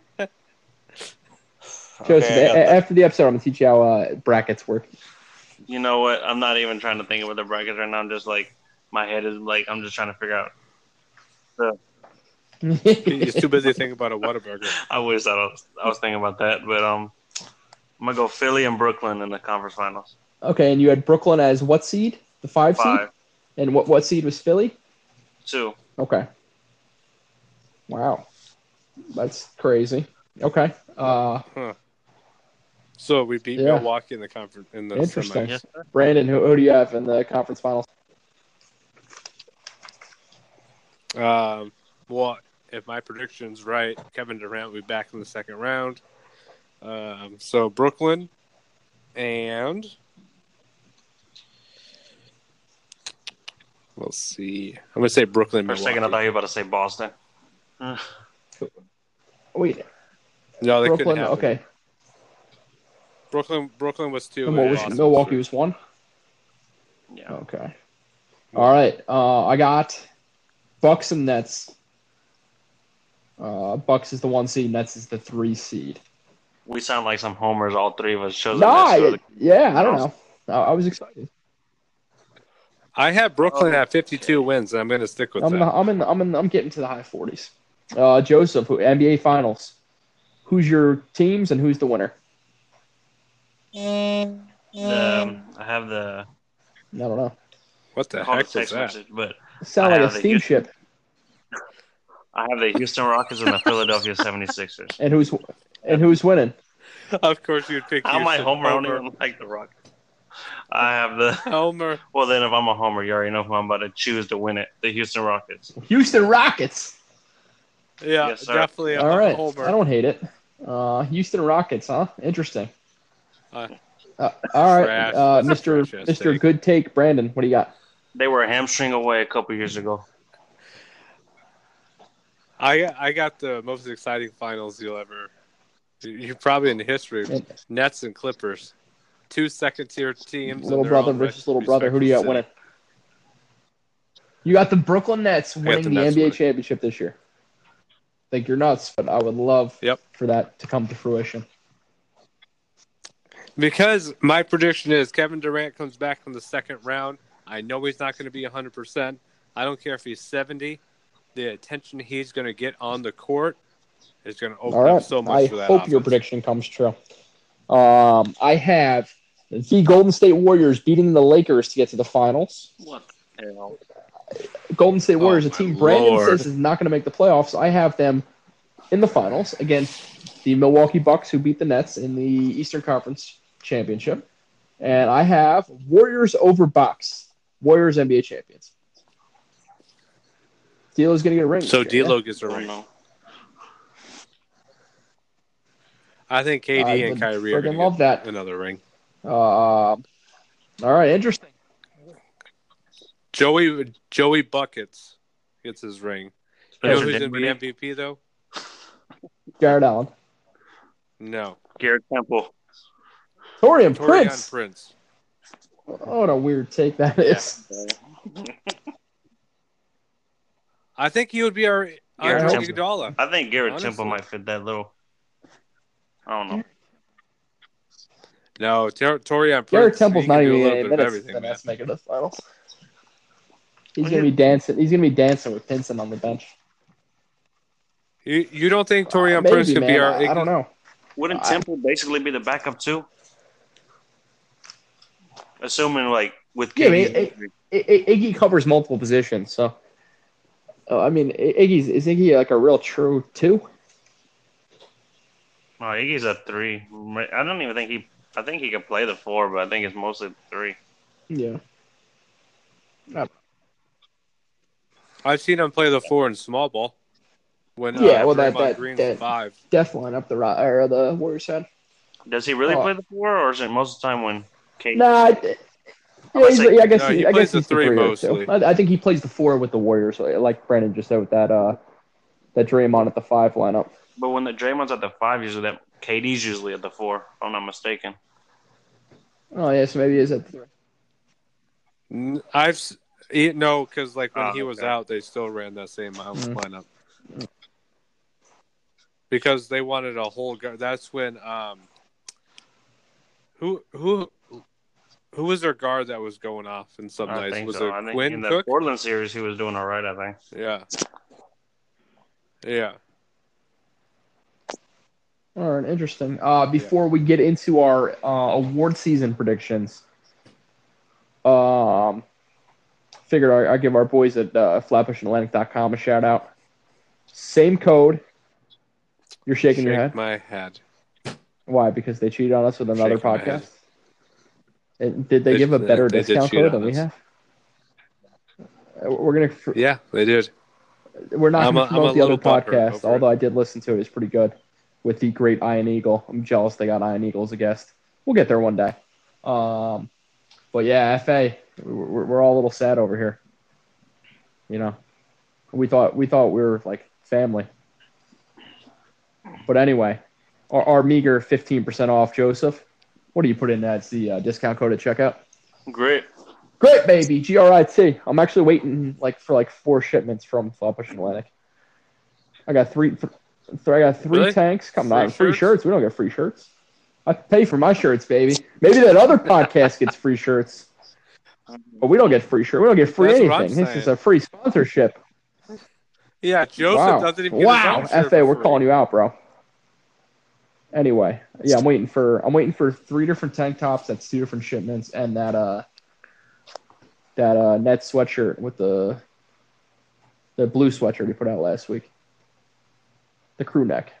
Speaker 2: Joseph, eh,
Speaker 3: okay, I
Speaker 2: a-
Speaker 3: got
Speaker 2: a-
Speaker 3: that.
Speaker 2: after the episode, I'm gonna teach you how uh, brackets work. eh.
Speaker 3: you know what? I'm not even trying to think about the brackets right now. I'm just like, my head is like, I'm just trying to figure out.
Speaker 4: He's too busy thinking about a Whataburger.
Speaker 3: I wish I was I was thinking about that, but um, I'm gonna go Philly and Brooklyn in the conference finals.
Speaker 2: okay, and you had Brooklyn as what seed? The five, seed.
Speaker 3: Five,
Speaker 2: And what what seed was Philly?
Speaker 3: two.
Speaker 2: Okay. Wow, that's crazy. Okay. Uh,
Speaker 4: So we beat
Speaker 2: Yeah.
Speaker 4: Milwaukee in the conference in the
Speaker 2: Interesting.
Speaker 4: semis.
Speaker 2: Brandon, who, who do you have in the conference finals?
Speaker 4: Um, well, if my prediction's right, Kevin Durant will be back in the second round. Um, so Brooklyn and we'll see. I'm gonna say Brooklyn.
Speaker 3: For a second, I
Speaker 4: Milwaukee.
Speaker 3: thought you were about to say Boston.
Speaker 2: Oh, Wait,
Speaker 4: No, they couldn't
Speaker 2: Brooklyn.
Speaker 4: happen.
Speaker 2: Okay,
Speaker 4: Brooklyn. Boston was two.
Speaker 2: and what was Milwaukee was one.
Speaker 3: Yeah.
Speaker 2: Okay. All right. Uh, I got Bucks and Nets. Uh, Bucks is the one seed. Nets is the three seed.
Speaker 3: We sound like some homers, all three of us. Shows
Speaker 2: Nah,
Speaker 3: up next to
Speaker 2: I-
Speaker 3: the-
Speaker 2: yeah, I don't know. I, I was excited.
Speaker 4: I have Brooklyn
Speaker 3: Oh.
Speaker 4: at 52 wins, and I'm going to stick with
Speaker 2: I'm,
Speaker 4: that.
Speaker 2: I'm in. I'm in. I'm getting to the high 40s. Uh, Joseph, who- NBA Finals. Who's your teams and who's the winner?
Speaker 3: the, um, I have the,
Speaker 2: I don't know.
Speaker 4: What the
Speaker 3: call the
Speaker 4: heck was
Speaker 3: text
Speaker 4: that?
Speaker 3: message, but
Speaker 2: Sound like
Speaker 3: I
Speaker 2: a
Speaker 3: have the
Speaker 2: steam
Speaker 3: Houston-
Speaker 2: ship.
Speaker 3: I have the Houston Rockets and the Philadelphia 76ers.
Speaker 2: And who's and who's winning?
Speaker 4: Of course, you'd pick
Speaker 3: How am I
Speaker 4: Houston.
Speaker 3: homer? I don't even like the Rockets. I have the,
Speaker 4: Homer.
Speaker 3: well, then if I'm a homer, you already know who I'm about to choose to win it the Houston Rockets.
Speaker 2: Houston Rockets.
Speaker 4: Yeah,
Speaker 3: Yes, sir.
Speaker 4: definitely a
Speaker 2: All right.
Speaker 4: homer.
Speaker 2: I don't hate it. Uh, Houston Rockets, huh? Interesting.
Speaker 4: Uh,
Speaker 2: Uh, all right,
Speaker 4: Trash.
Speaker 2: uh,
Speaker 4: That's a
Speaker 2: Mr.
Speaker 4: trash ass
Speaker 2: Mr.
Speaker 4: take.
Speaker 2: Good Take, Brandon. What do you got?
Speaker 3: They were a hamstring away a couple years ago.
Speaker 4: I I got the most exciting finals you'll ever. You're probably in history.
Speaker 2: And
Speaker 4: Nets and Clippers, two second tier teams. and
Speaker 2: little
Speaker 4: their
Speaker 2: brother
Speaker 4: own
Speaker 2: versus
Speaker 4: res-
Speaker 2: little brother. Who do you got
Speaker 4: respective
Speaker 2: winning? You got the Brooklyn Nets
Speaker 4: got
Speaker 2: winning
Speaker 4: the
Speaker 2: the,
Speaker 4: Nets
Speaker 2: NBA
Speaker 4: winning.
Speaker 2: championship this year. Think you're nuts, but I would love
Speaker 4: Yep.
Speaker 2: for that to come to fruition.
Speaker 4: city. Because my prediction is Kevin Durant comes back from the second round. I know he's not going to be 100. percent I don't care if he's 70. The attention he's going to get on the court is going to open
Speaker 2: All right.
Speaker 4: up so much
Speaker 2: I
Speaker 4: for that.
Speaker 2: hope your
Speaker 4: offense.
Speaker 2: prediction comes true. Um, I have the Golden State Warriors beating the Lakers to get to the finals.
Speaker 3: What the hell?
Speaker 2: Golden State Warriors,
Speaker 4: Oh,
Speaker 2: a
Speaker 4: my
Speaker 2: team Brandon
Speaker 4: Lord.
Speaker 2: says is not going to make the playoffs. I have them in the finals against the Milwaukee Bucks, who beat the Nets in the Eastern Conference Championship. And I have Warriors over Bucks, Warriors NBA champions. D'Lo's going to get a ring.
Speaker 4: So
Speaker 2: this year,
Speaker 4: D'Lo gets a
Speaker 3: I don't
Speaker 4: ring.
Speaker 3: know.
Speaker 4: I think KD
Speaker 2: I
Speaker 4: and
Speaker 2: would
Speaker 4: Kyrie are
Speaker 2: Uh, friggin'
Speaker 4: going to
Speaker 2: love
Speaker 4: get
Speaker 2: that.
Speaker 4: another ring.
Speaker 2: yeah. Uh, all right, interesting.
Speaker 4: Joey Joey buckets gets his ring. You know
Speaker 3: Spencer
Speaker 4: who's going to be
Speaker 3: Dinwiddie?
Speaker 4: MVP though?
Speaker 2: Jared Allen,
Speaker 4: No,
Speaker 3: Garrett Temple.
Speaker 2: Torian
Speaker 4: Torian
Speaker 2: Prince.
Speaker 4: Prince.
Speaker 2: What a weird take that is.
Speaker 4: I think he would be our
Speaker 3: Garrett
Speaker 4: Andre
Speaker 3: Temple.
Speaker 4: Iguodala.
Speaker 3: I think Garrett
Speaker 4: Honestly.
Speaker 3: Temple might fit that little. I don't know.
Speaker 4: No, Tor- Torian Prince.
Speaker 2: Jared Temple's
Speaker 4: he
Speaker 2: not
Speaker 4: can do
Speaker 2: even
Speaker 4: a
Speaker 2: in eight
Speaker 4: little bit of
Speaker 2: minutes.
Speaker 4: everything.
Speaker 2: Then
Speaker 4: man.
Speaker 2: that's making the finals. He's
Speaker 3: Well,
Speaker 2: gonna be dancing. He's gonna be dancing with Pinson on the bench.
Speaker 4: You, you don't think Torian
Speaker 2: Uh, maybe,
Speaker 4: Prince could be
Speaker 2: man.
Speaker 4: our?
Speaker 2: I, I don't know.
Speaker 3: Wouldn't
Speaker 2: I-
Speaker 3: Temple basically be the backup too? Assuming like with
Speaker 2: Yeah, I
Speaker 3: KD.
Speaker 2: mean, it- I, I, Iggy covers multiple positions, so uh, I mean, I, Iggy's is Iggy like a real true two?
Speaker 3: oh, Iggy's a three. I don't even think he. I think he could play the four, but I think it's mostly three.
Speaker 2: Yeah.
Speaker 4: I've seen him play the four in small ball. When
Speaker 2: Yeah,
Speaker 4: uh,
Speaker 2: well, that-
Speaker 4: Draymond
Speaker 2: that-
Speaker 4: Green's
Speaker 2: that-
Speaker 4: five.
Speaker 2: Death line up the right or the Warriors side.
Speaker 3: Does he really
Speaker 2: Oh.
Speaker 3: play the four, or is it most of the time when KD?
Speaker 2: Nah. I,
Speaker 3: I
Speaker 2: yeah,
Speaker 3: would
Speaker 2: he's,
Speaker 3: say-
Speaker 2: yeah, I guess
Speaker 4: no,
Speaker 2: he,
Speaker 4: he
Speaker 2: I
Speaker 4: plays
Speaker 2: guess
Speaker 4: the
Speaker 2: he's the
Speaker 4: three
Speaker 2: three
Speaker 4: mostly.
Speaker 2: mostly. I, I think he plays the four with the Warriors, like Brandon just said with that uh, that Draymond at the five lineup.
Speaker 3: But when the Draymond's at the five, usually that KD's usually at the four. If I'm not mistaken.
Speaker 2: Oh yeah, so maybe is at the three.
Speaker 4: N- I've s- he, no, because like when
Speaker 3: Ah,
Speaker 4: he was
Speaker 3: okay.
Speaker 4: out, they still ran that same out-
Speaker 2: Mm.
Speaker 4: lineup because they wanted a whole guard. That's when um, who who who was their guard that was going off in some
Speaker 3: I
Speaker 4: nights?
Speaker 3: think
Speaker 4: Oh, Was
Speaker 3: so. I
Speaker 4: it
Speaker 3: think in
Speaker 4: Quinn
Speaker 3: the
Speaker 4: Cook?
Speaker 3: Portland series, he was doing all right. I think.
Speaker 4: Yeah, yeah.
Speaker 2: All right, interesting. Uh, before we get into our uh, award season predictions, um, figured I, I give our boys at uh, flatbushatlantic.com a shout out. Same code. You're shaking your
Speaker 4: Shake
Speaker 2: head.
Speaker 4: My head.
Speaker 2: Why? Because they cheated on us with another
Speaker 4: Shaking my head.
Speaker 2: podcast. And did they,
Speaker 4: They-
Speaker 2: give a
Speaker 4: they-
Speaker 2: better
Speaker 4: they did
Speaker 2: discount
Speaker 4: cheat
Speaker 2: code than
Speaker 4: on
Speaker 2: we
Speaker 4: us.
Speaker 2: have? Uh, We're gonna fr-
Speaker 4: Yeah, they did.
Speaker 2: we're not
Speaker 4: I'm
Speaker 2: going
Speaker 4: a-
Speaker 2: to
Speaker 4: I'm a
Speaker 2: promote the other
Speaker 4: little butthurt
Speaker 2: podcast,
Speaker 4: over it.
Speaker 2: although I did listen to it. It's pretty good with the great Iron Eagle. I'm jealous they got Iron Eagle as a guest. We'll get there one day. Um, but yeah, FA, we're, we're all a little sad over here. You know, we thought we thought we were like family. But anyway, our, our meager 15% off, Joseph. What do you put in? That's the uh, discount code at checkout.
Speaker 3: Great.
Speaker 2: Grit baby, G R I T. I'm actually waiting like for like four shipments from Flatbush and Atlantic. I got three, th- th- I got three
Speaker 4: Really?
Speaker 2: tanks. Come
Speaker 4: Free
Speaker 2: on, free
Speaker 4: shirts?
Speaker 2: shirts. We don't get free shirts. I pay for my shirts, baby. Maybe that other podcast gets free shirts, but we don't get free shirt. We don't get free
Speaker 4: That's what I'm
Speaker 2: anything. This is
Speaker 4: saying.
Speaker 2: a free sponsorship.
Speaker 4: Yeah, Joseph
Speaker 2: wow,
Speaker 4: doesn't even.
Speaker 2: wow, FA, we're calling you out, bro. Anyway, yeah, I'm waiting for I'm waiting for three different tank tops. That's two different shipments, and that uh that uh net sweatshirt with the the blue sweatshirt he put out last week, the crew neck.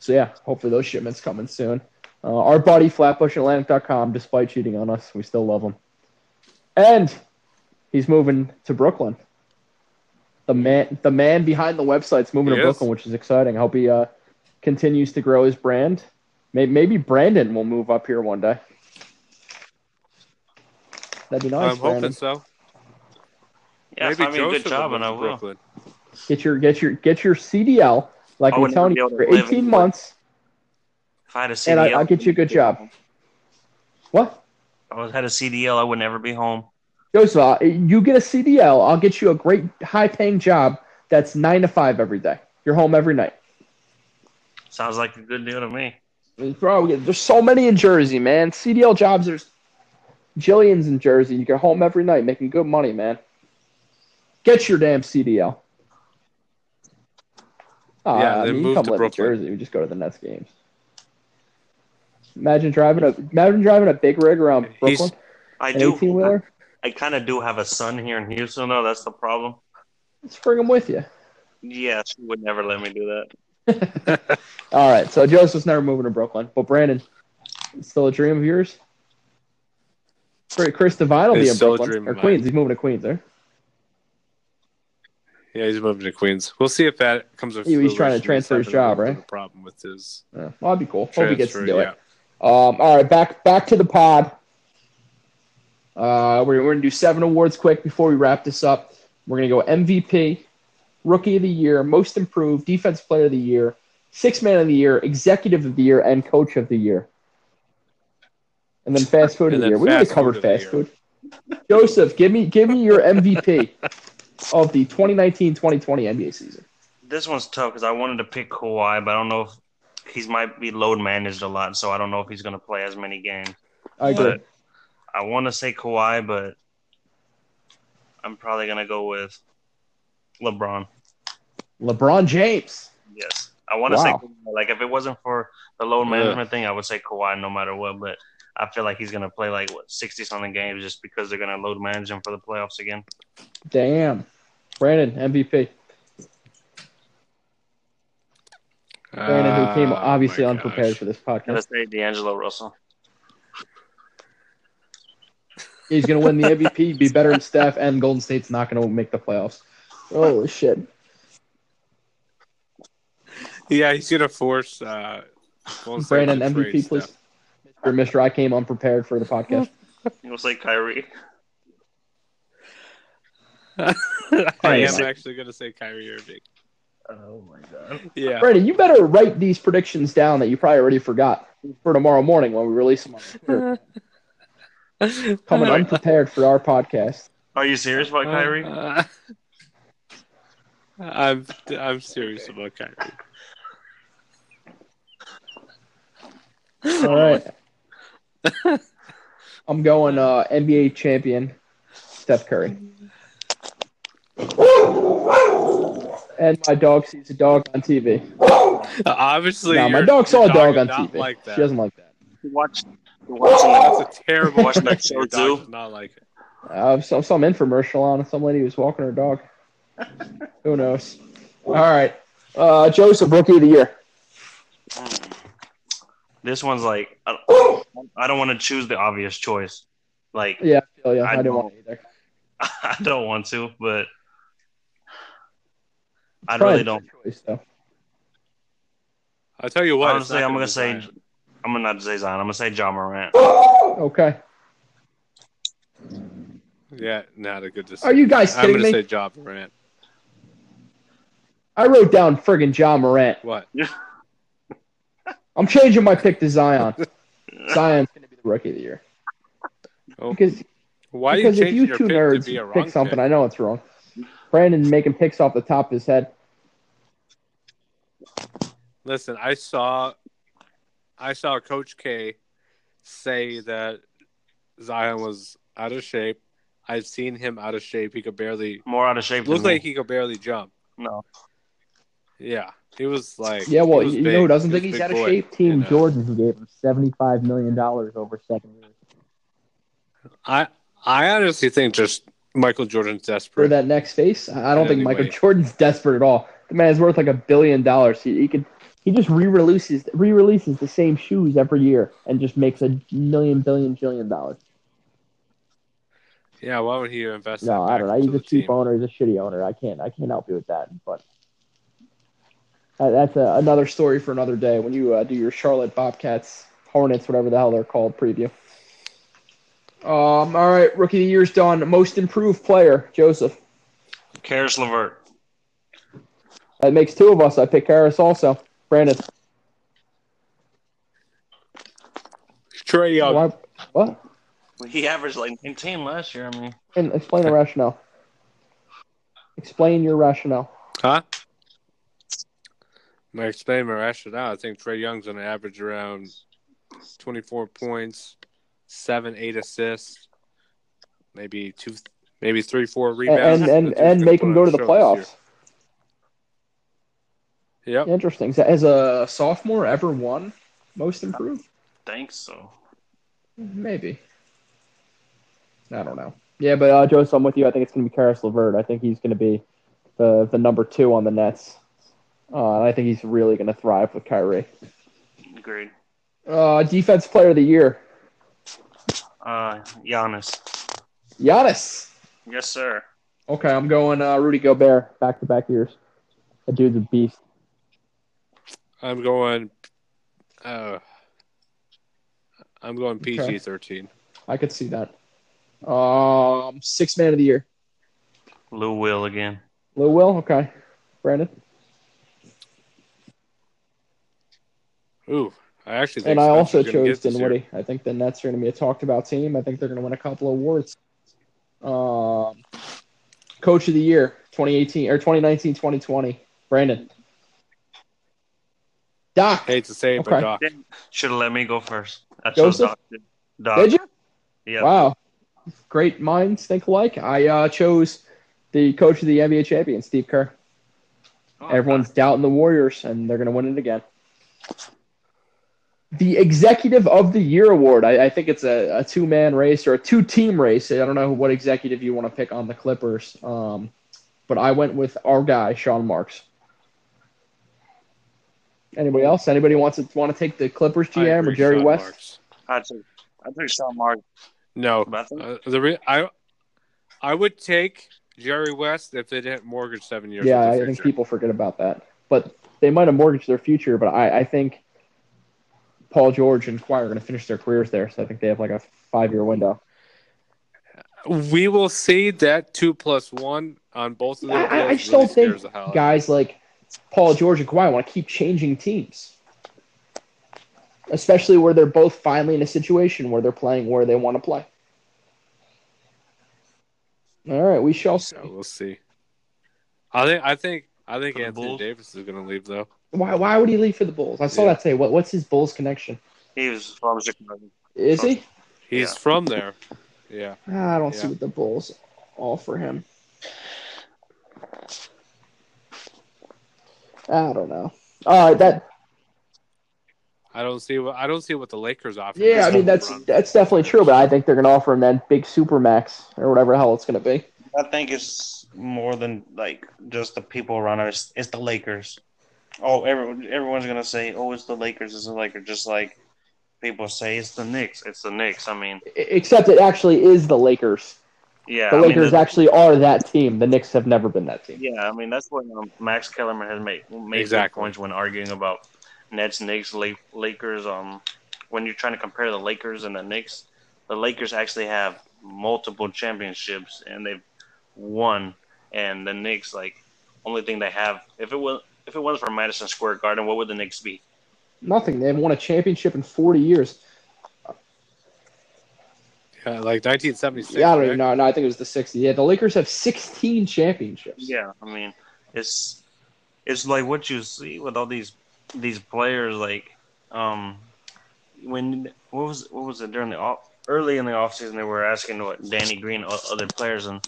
Speaker 2: So yeah, hopefully those shipments coming soon. Uh, our buddy flatbushatlantic.com, despite cheating on us, we still love him, and he's moving to Brooklyn. The man, the man behind the website's moving
Speaker 4: He
Speaker 2: to
Speaker 4: is.
Speaker 2: Brooklyn, which is exciting. I hope he uh, continues to grow his brand. May- Maybe Brandon will move up here one day. That'd be nice.
Speaker 4: I'm
Speaker 2: Brandon.
Speaker 4: hoping so.
Speaker 3: Yeah,
Speaker 4: Maybe
Speaker 3: I mean,
Speaker 4: Joseph
Speaker 3: good job,
Speaker 4: will
Speaker 3: and I
Speaker 4: move to
Speaker 3: will.
Speaker 4: Brooklyn.
Speaker 2: Get your get your get your CDL like
Speaker 3: I
Speaker 2: I'm
Speaker 3: wouldn't
Speaker 2: telling
Speaker 3: be
Speaker 2: you
Speaker 3: able to
Speaker 2: for
Speaker 3: live
Speaker 2: 18
Speaker 3: in-
Speaker 2: months.
Speaker 3: If I had a CDL,
Speaker 2: And I- I'll get you a good job. What?
Speaker 3: If I had a CDL, I would never be home.
Speaker 2: Joseph, I- you get a CDL, I'll get you a great high paying job that's 9 to 5 every day. You're home every night.
Speaker 3: Sounds like a good deal to me.
Speaker 2: I mean, bro, we- there's so many in Jersey, man. CDL jobs there's jillions in Jersey. You get home every night making good money, man. Get your damn CDL. Ah,
Speaker 4: Yeah,
Speaker 2: I
Speaker 4: they
Speaker 2: mean, you
Speaker 4: moved
Speaker 2: come
Speaker 4: to
Speaker 2: live in
Speaker 4: Brooklyn.
Speaker 2: Jersey. We just go to the Nets games. Imagine driving a imagine driving a big rig around
Speaker 4: He's-
Speaker 2: Brooklyn,
Speaker 3: I
Speaker 2: an eighteen
Speaker 3: do.
Speaker 2: wheeler.
Speaker 3: I kind of do have a son here in Houston, though. That's the problem.
Speaker 2: Let's bring him with you.
Speaker 3: Yeah, she would never let me do that.
Speaker 2: All right, so Joseph's never moving to Brooklyn, but Brandon, it's still a dream of yours. Great, Chris Devine will be
Speaker 4: It's
Speaker 2: in
Speaker 4: still a
Speaker 2: Brooklyn
Speaker 4: dream
Speaker 2: or
Speaker 4: of mine.
Speaker 2: Queens. He's moving to Queens, eh? there.
Speaker 4: Yeah, he's moving to Queens. We'll see if that comes. to
Speaker 2: He was trying to
Speaker 4: fruition.
Speaker 2: transfer his
Speaker 4: He's
Speaker 2: job,
Speaker 4: having a
Speaker 2: right?
Speaker 4: little Problem with his
Speaker 2: Yeah, well, that'd be cool. Hope he gets to
Speaker 4: transfer.
Speaker 2: do
Speaker 4: yeah.
Speaker 2: it. Um, all right, back back to the pod. Uh, we're, we're gonna do seven awards quick before we wrap this up. We're gonna go MVP, Rookie of the Year, Most Improved, Defense Player of the Year, Six Man of the Year, Executive of the Year, and Coach of the Year. And then Fast Food of
Speaker 4: And
Speaker 2: the
Speaker 4: then
Speaker 2: Year. We already
Speaker 4: fast
Speaker 2: covered
Speaker 4: food of the
Speaker 2: Fast Food. Joseph, give me give me your MVP of the 2019-2020 NBA season.
Speaker 3: This one's tough because I wanted to pick Kawhi, but I don't know if he's might be load managed a lot, so I don't know if he's going to play as many games.
Speaker 2: I agree.
Speaker 3: But I want to say Kawhi, but I'm probably going to go with LeBron.
Speaker 2: LeBron James.
Speaker 3: Yes, I want to say
Speaker 2: Wow.
Speaker 3: Kawhi. like if it wasn't for the load
Speaker 4: Yeah.
Speaker 3: management thing, I would say Kawhi no matter what. But I feel like he's gonna play like what sixty something games just because they're gonna load manage him for the playoffs again.
Speaker 2: Damn. Brandon, MVP. Brandon, who came
Speaker 4: Oh,
Speaker 2: obviously
Speaker 4: my
Speaker 2: unprepared
Speaker 4: gosh.
Speaker 2: for this
Speaker 3: I'm gonna
Speaker 2: podcast,
Speaker 3: say D'Angelo Russell.
Speaker 2: he's going to win the MVP, be better than Steph, and Golden State's not going to make the playoffs. Holy shit.
Speaker 4: Yeah, he's gonna force. Uh, Golden State
Speaker 2: Brandon,
Speaker 4: to trade
Speaker 2: MVP, please.
Speaker 4: Steph.
Speaker 2: Mr. Mr. I came unprepared for the podcast.
Speaker 3: You'll say Kyrie.
Speaker 4: I
Speaker 2: Kyrie
Speaker 4: am
Speaker 2: Irving.
Speaker 4: actually gonna say Kyrie Irving.
Speaker 3: Oh my god.
Speaker 4: Yeah,
Speaker 2: Brandon, you better write these predictions down that you probably already forgot for tomorrow morning when we release them. on the third. Coming unprepared for our podcast.
Speaker 3: Are you serious about Kyrie?
Speaker 4: Uh, I'm I'm serious about Kyrie.
Speaker 2: All right. I'm going uh, NBA champion Steph Curry. And my dog sees a dog on TV.
Speaker 4: Obviously,
Speaker 2: No, my
Speaker 4: your-
Speaker 2: dog saw
Speaker 4: your
Speaker 2: a dog on
Speaker 4: did not
Speaker 2: TV.
Speaker 4: Like that.
Speaker 2: She doesn't like that.
Speaker 3: Watch. watch
Speaker 4: That's a terrible
Speaker 3: Watch that
Speaker 4: perspective. Your
Speaker 3: show,
Speaker 4: dog
Speaker 3: too.
Speaker 4: does not like it.
Speaker 2: Uh, some some infomercial on some lady was walking her dog. Who knows? All right, uh, Joseph, rookie of the year.
Speaker 3: this one's like I don't, I don't want to choose the obvious choice. Like
Speaker 2: Yeah, I feel ya. I,
Speaker 3: I
Speaker 2: didn't
Speaker 3: know.
Speaker 2: want to either.
Speaker 3: I don't want to, but I
Speaker 2: Probably
Speaker 3: really
Speaker 2: a
Speaker 3: don't.
Speaker 2: good Choice, though.
Speaker 4: I'll tell you what. it's
Speaker 3: Honestly,
Speaker 4: not
Speaker 3: I'm gonna
Speaker 4: be
Speaker 3: say
Speaker 4: Zion.
Speaker 3: I'm gonna not say Zion. I'm gonna say John Morant.
Speaker 2: Okay.
Speaker 4: Yeah, not a good decision.
Speaker 2: Are you guys
Speaker 4: I'm
Speaker 2: kidding
Speaker 4: gonna
Speaker 2: me?
Speaker 4: say Job Morant.
Speaker 2: I wrote down friggin' John Morant.
Speaker 4: What?
Speaker 2: I'm changing my pick to Zion. Zion's gonna be the rookie of the year.
Speaker 4: Oh.
Speaker 2: Because
Speaker 4: Why do you
Speaker 2: because
Speaker 4: change
Speaker 2: if you
Speaker 4: your
Speaker 2: two
Speaker 4: pick
Speaker 2: nerds
Speaker 4: to be a wrong
Speaker 2: pick something,
Speaker 4: pick?
Speaker 2: I know it's wrong. Brandon making picks off the top of his head.
Speaker 4: Listen, I saw, I saw Coach K say that Zion was out of shape. I've seen him out of shape. He could barely
Speaker 3: More out of shape.
Speaker 4: looked
Speaker 3: than
Speaker 4: like he could barely jump.
Speaker 3: me. no.
Speaker 4: Yeah, he was like
Speaker 2: Yeah, well,
Speaker 4: he was
Speaker 2: you
Speaker 4: big.
Speaker 2: know who doesn't
Speaker 4: He was
Speaker 2: think he's
Speaker 4: a big
Speaker 2: out of
Speaker 4: boy,
Speaker 2: shape? Team
Speaker 4: you know.
Speaker 2: Jordan, who gave him $75 million over second year.
Speaker 4: I I honestly think just Michael Jordan's
Speaker 2: For
Speaker 4: desperate.
Speaker 2: that next face, I I don't think Michael
Speaker 4: Anyway.
Speaker 2: Jordan's desperate at all. The man is worth like a billion dollars. He, he could he just re-releases re-releases the same shoes every year and just makes a million billion billion dollars.
Speaker 4: Yeah, why would he invest?
Speaker 2: No,
Speaker 4: that
Speaker 2: I
Speaker 4: back
Speaker 2: don't know.
Speaker 4: into
Speaker 2: He's a
Speaker 4: the
Speaker 2: cheap
Speaker 4: team?
Speaker 2: owner. He's a shitty owner. I can't. I can't help you with that. But that, that's a, another story for another day. When you uh, do your Charlotte Bobcats, Hornets, whatever the hell they're called, preview. Um. All right. Rookie of the year's done. Most improved player, Joseph.
Speaker 3: Karis Levert.
Speaker 2: That makes two of us. I pick Harris also. Brandon.
Speaker 4: Trey Young.
Speaker 2: Why, what?
Speaker 3: He averaged like 19 last year. I mean,
Speaker 2: And explain the rationale. Explain your rationale.
Speaker 4: Huh? My explain my rationale. I think Trey Young's going to average around 24 points, seven, eight assists, maybe two, maybe three, four
Speaker 2: And
Speaker 4: rebounds,
Speaker 2: and and, and make him go to the playoffs.
Speaker 4: Yep.
Speaker 2: Interesting. So Has a sophomore ever won most improved?
Speaker 3: thanks so.
Speaker 2: Maybe. I don't know. Yeah, but uh, Joseph, I'm with you. I think it's going to be Karis Levert. I think he's going to be the the number two on the Nets. Uh, and I think he's really going to thrive with Kyrie.
Speaker 3: Agreed.
Speaker 2: Uh, defense player of the year,
Speaker 3: Uh, Giannis.
Speaker 2: Giannis.
Speaker 3: Yes, sir.
Speaker 2: Okay, I'm going uh, Rudy Gobert back to back years. That dude's a beast.
Speaker 4: I'm going. Uh, I'm going
Speaker 2: Okay.
Speaker 4: PG 13.
Speaker 2: I could see that. Um, six man of the year,
Speaker 3: Lou Will again.
Speaker 2: Lou Will. Okay, Brandon.
Speaker 4: Ooh, I actually think
Speaker 2: And I
Speaker 4: Spencer's
Speaker 2: also
Speaker 4: gonna get
Speaker 2: chose
Speaker 4: this year.
Speaker 2: Dinwiddie. I think the Nets are going to be a talked about team. I think they're going to win a couple of awards. Um, Coach of the Year 2018 or 2019 2020. Brandon. Doc.
Speaker 4: Hate to say it,
Speaker 2: Okay.
Speaker 4: but Doc.
Speaker 3: Should have let me go first. I chose
Speaker 2: Joseph?
Speaker 3: Doc. Doc.
Speaker 4: Uh,
Speaker 2: Did you?
Speaker 3: Yeah.
Speaker 2: Wow. Great minds think alike. I uh, chose the coach of the NBA champion, Steve Kerr.
Speaker 3: Oh,
Speaker 2: Everyone's doubting the Warriors, and they're going to win it again. The Executive of the Year award. I, I think it's a, a two man race or a two team race. I don't know what executive you want to pick on the Clippers, um, but I went with our guy, Sean Marks. Anybody else? Anybody wants to want to take the Clippers
Speaker 4: I
Speaker 2: GM or
Speaker 4: agree,
Speaker 2: Jerry
Speaker 4: Sean
Speaker 2: West?
Speaker 4: Marks.
Speaker 3: I took, I took Sean Mark.
Speaker 4: No,
Speaker 3: But I think
Speaker 4: Uh, the re- I I would take Jerry West if they didn't mortgage seven years.
Speaker 2: Yeah,
Speaker 4: of
Speaker 2: I
Speaker 4: the
Speaker 2: think
Speaker 4: future.
Speaker 2: people forget about that. But they might have mortgaged their future, but I, I think Paul George and Kawhi are going to finish their careers there. So I think they have like a five year window.
Speaker 4: we will see that two plus one on both of them.
Speaker 2: I- I- I just don't think Guys like Paul George and Kawhi want to keep changing teams, especially where they're both finally in a situation where they're playing where they want to play. All right, we shall see.
Speaker 4: Yeah, we'll see. I think I think I think
Speaker 3: For the
Speaker 4: Anthony
Speaker 3: Bulls?
Speaker 4: Davis is going to leave though.
Speaker 2: Why, why would he leave for the Bulls? I saw
Speaker 4: Yeah.
Speaker 2: that today. What, what's his Bulls connection?
Speaker 3: he was from Chicago.
Speaker 2: Is he?
Speaker 4: He's
Speaker 3: Yeah.
Speaker 4: from there. Yeah,
Speaker 2: Ah, I don't see
Speaker 4: Yeah.
Speaker 2: what the Bulls offer him. I don't know. All right, that
Speaker 4: I don't see what I don't see what the Lakers offer.
Speaker 2: yeah, I mean that's
Speaker 4: LeBron.
Speaker 2: that's definitely true, but I think they're gonna offer him that big supermax or whatever the hell it's gonna be.
Speaker 3: I think it's more than like just the people around us. It's the Lakers. Oh, everyone, everyone's gonna say, "Oh, it's the Lakers." It's the Lakers. Just like people say, it's the Knicks. It's the Knicks. I mean,
Speaker 2: E- Except it actually is the Lakers.
Speaker 3: yeah.
Speaker 2: The
Speaker 3: I mean,
Speaker 2: Lakers
Speaker 3: the-
Speaker 2: actually are that team. The Knicks have never been that team.
Speaker 3: yeah. I mean, that's what um, Max Kellerman has made made good
Speaker 4: Exactly.
Speaker 3: points when arguing about Nets, Knicks, La- Lakers. Um, when you're trying to compare the Lakers and the Knicks, the Lakers actually have multiple championships and they've won, and the Knicks like only thing they have. If it was if it wasn't for Madison Square Garden, what would the Knicks be?
Speaker 2: Nothing. They haven't won a championship in forty years.
Speaker 4: uh, like 1976.
Speaker 2: yeah, I don't
Speaker 4: right?
Speaker 2: even know. No, I think it was the 60s. Yeah, the Lakers have 16 championships.
Speaker 3: Yeah, I mean, it's it's like what you see with all these these players. Like, um, when what was what was it during the off early in the off season? They were asking what Danny Green o- other players, and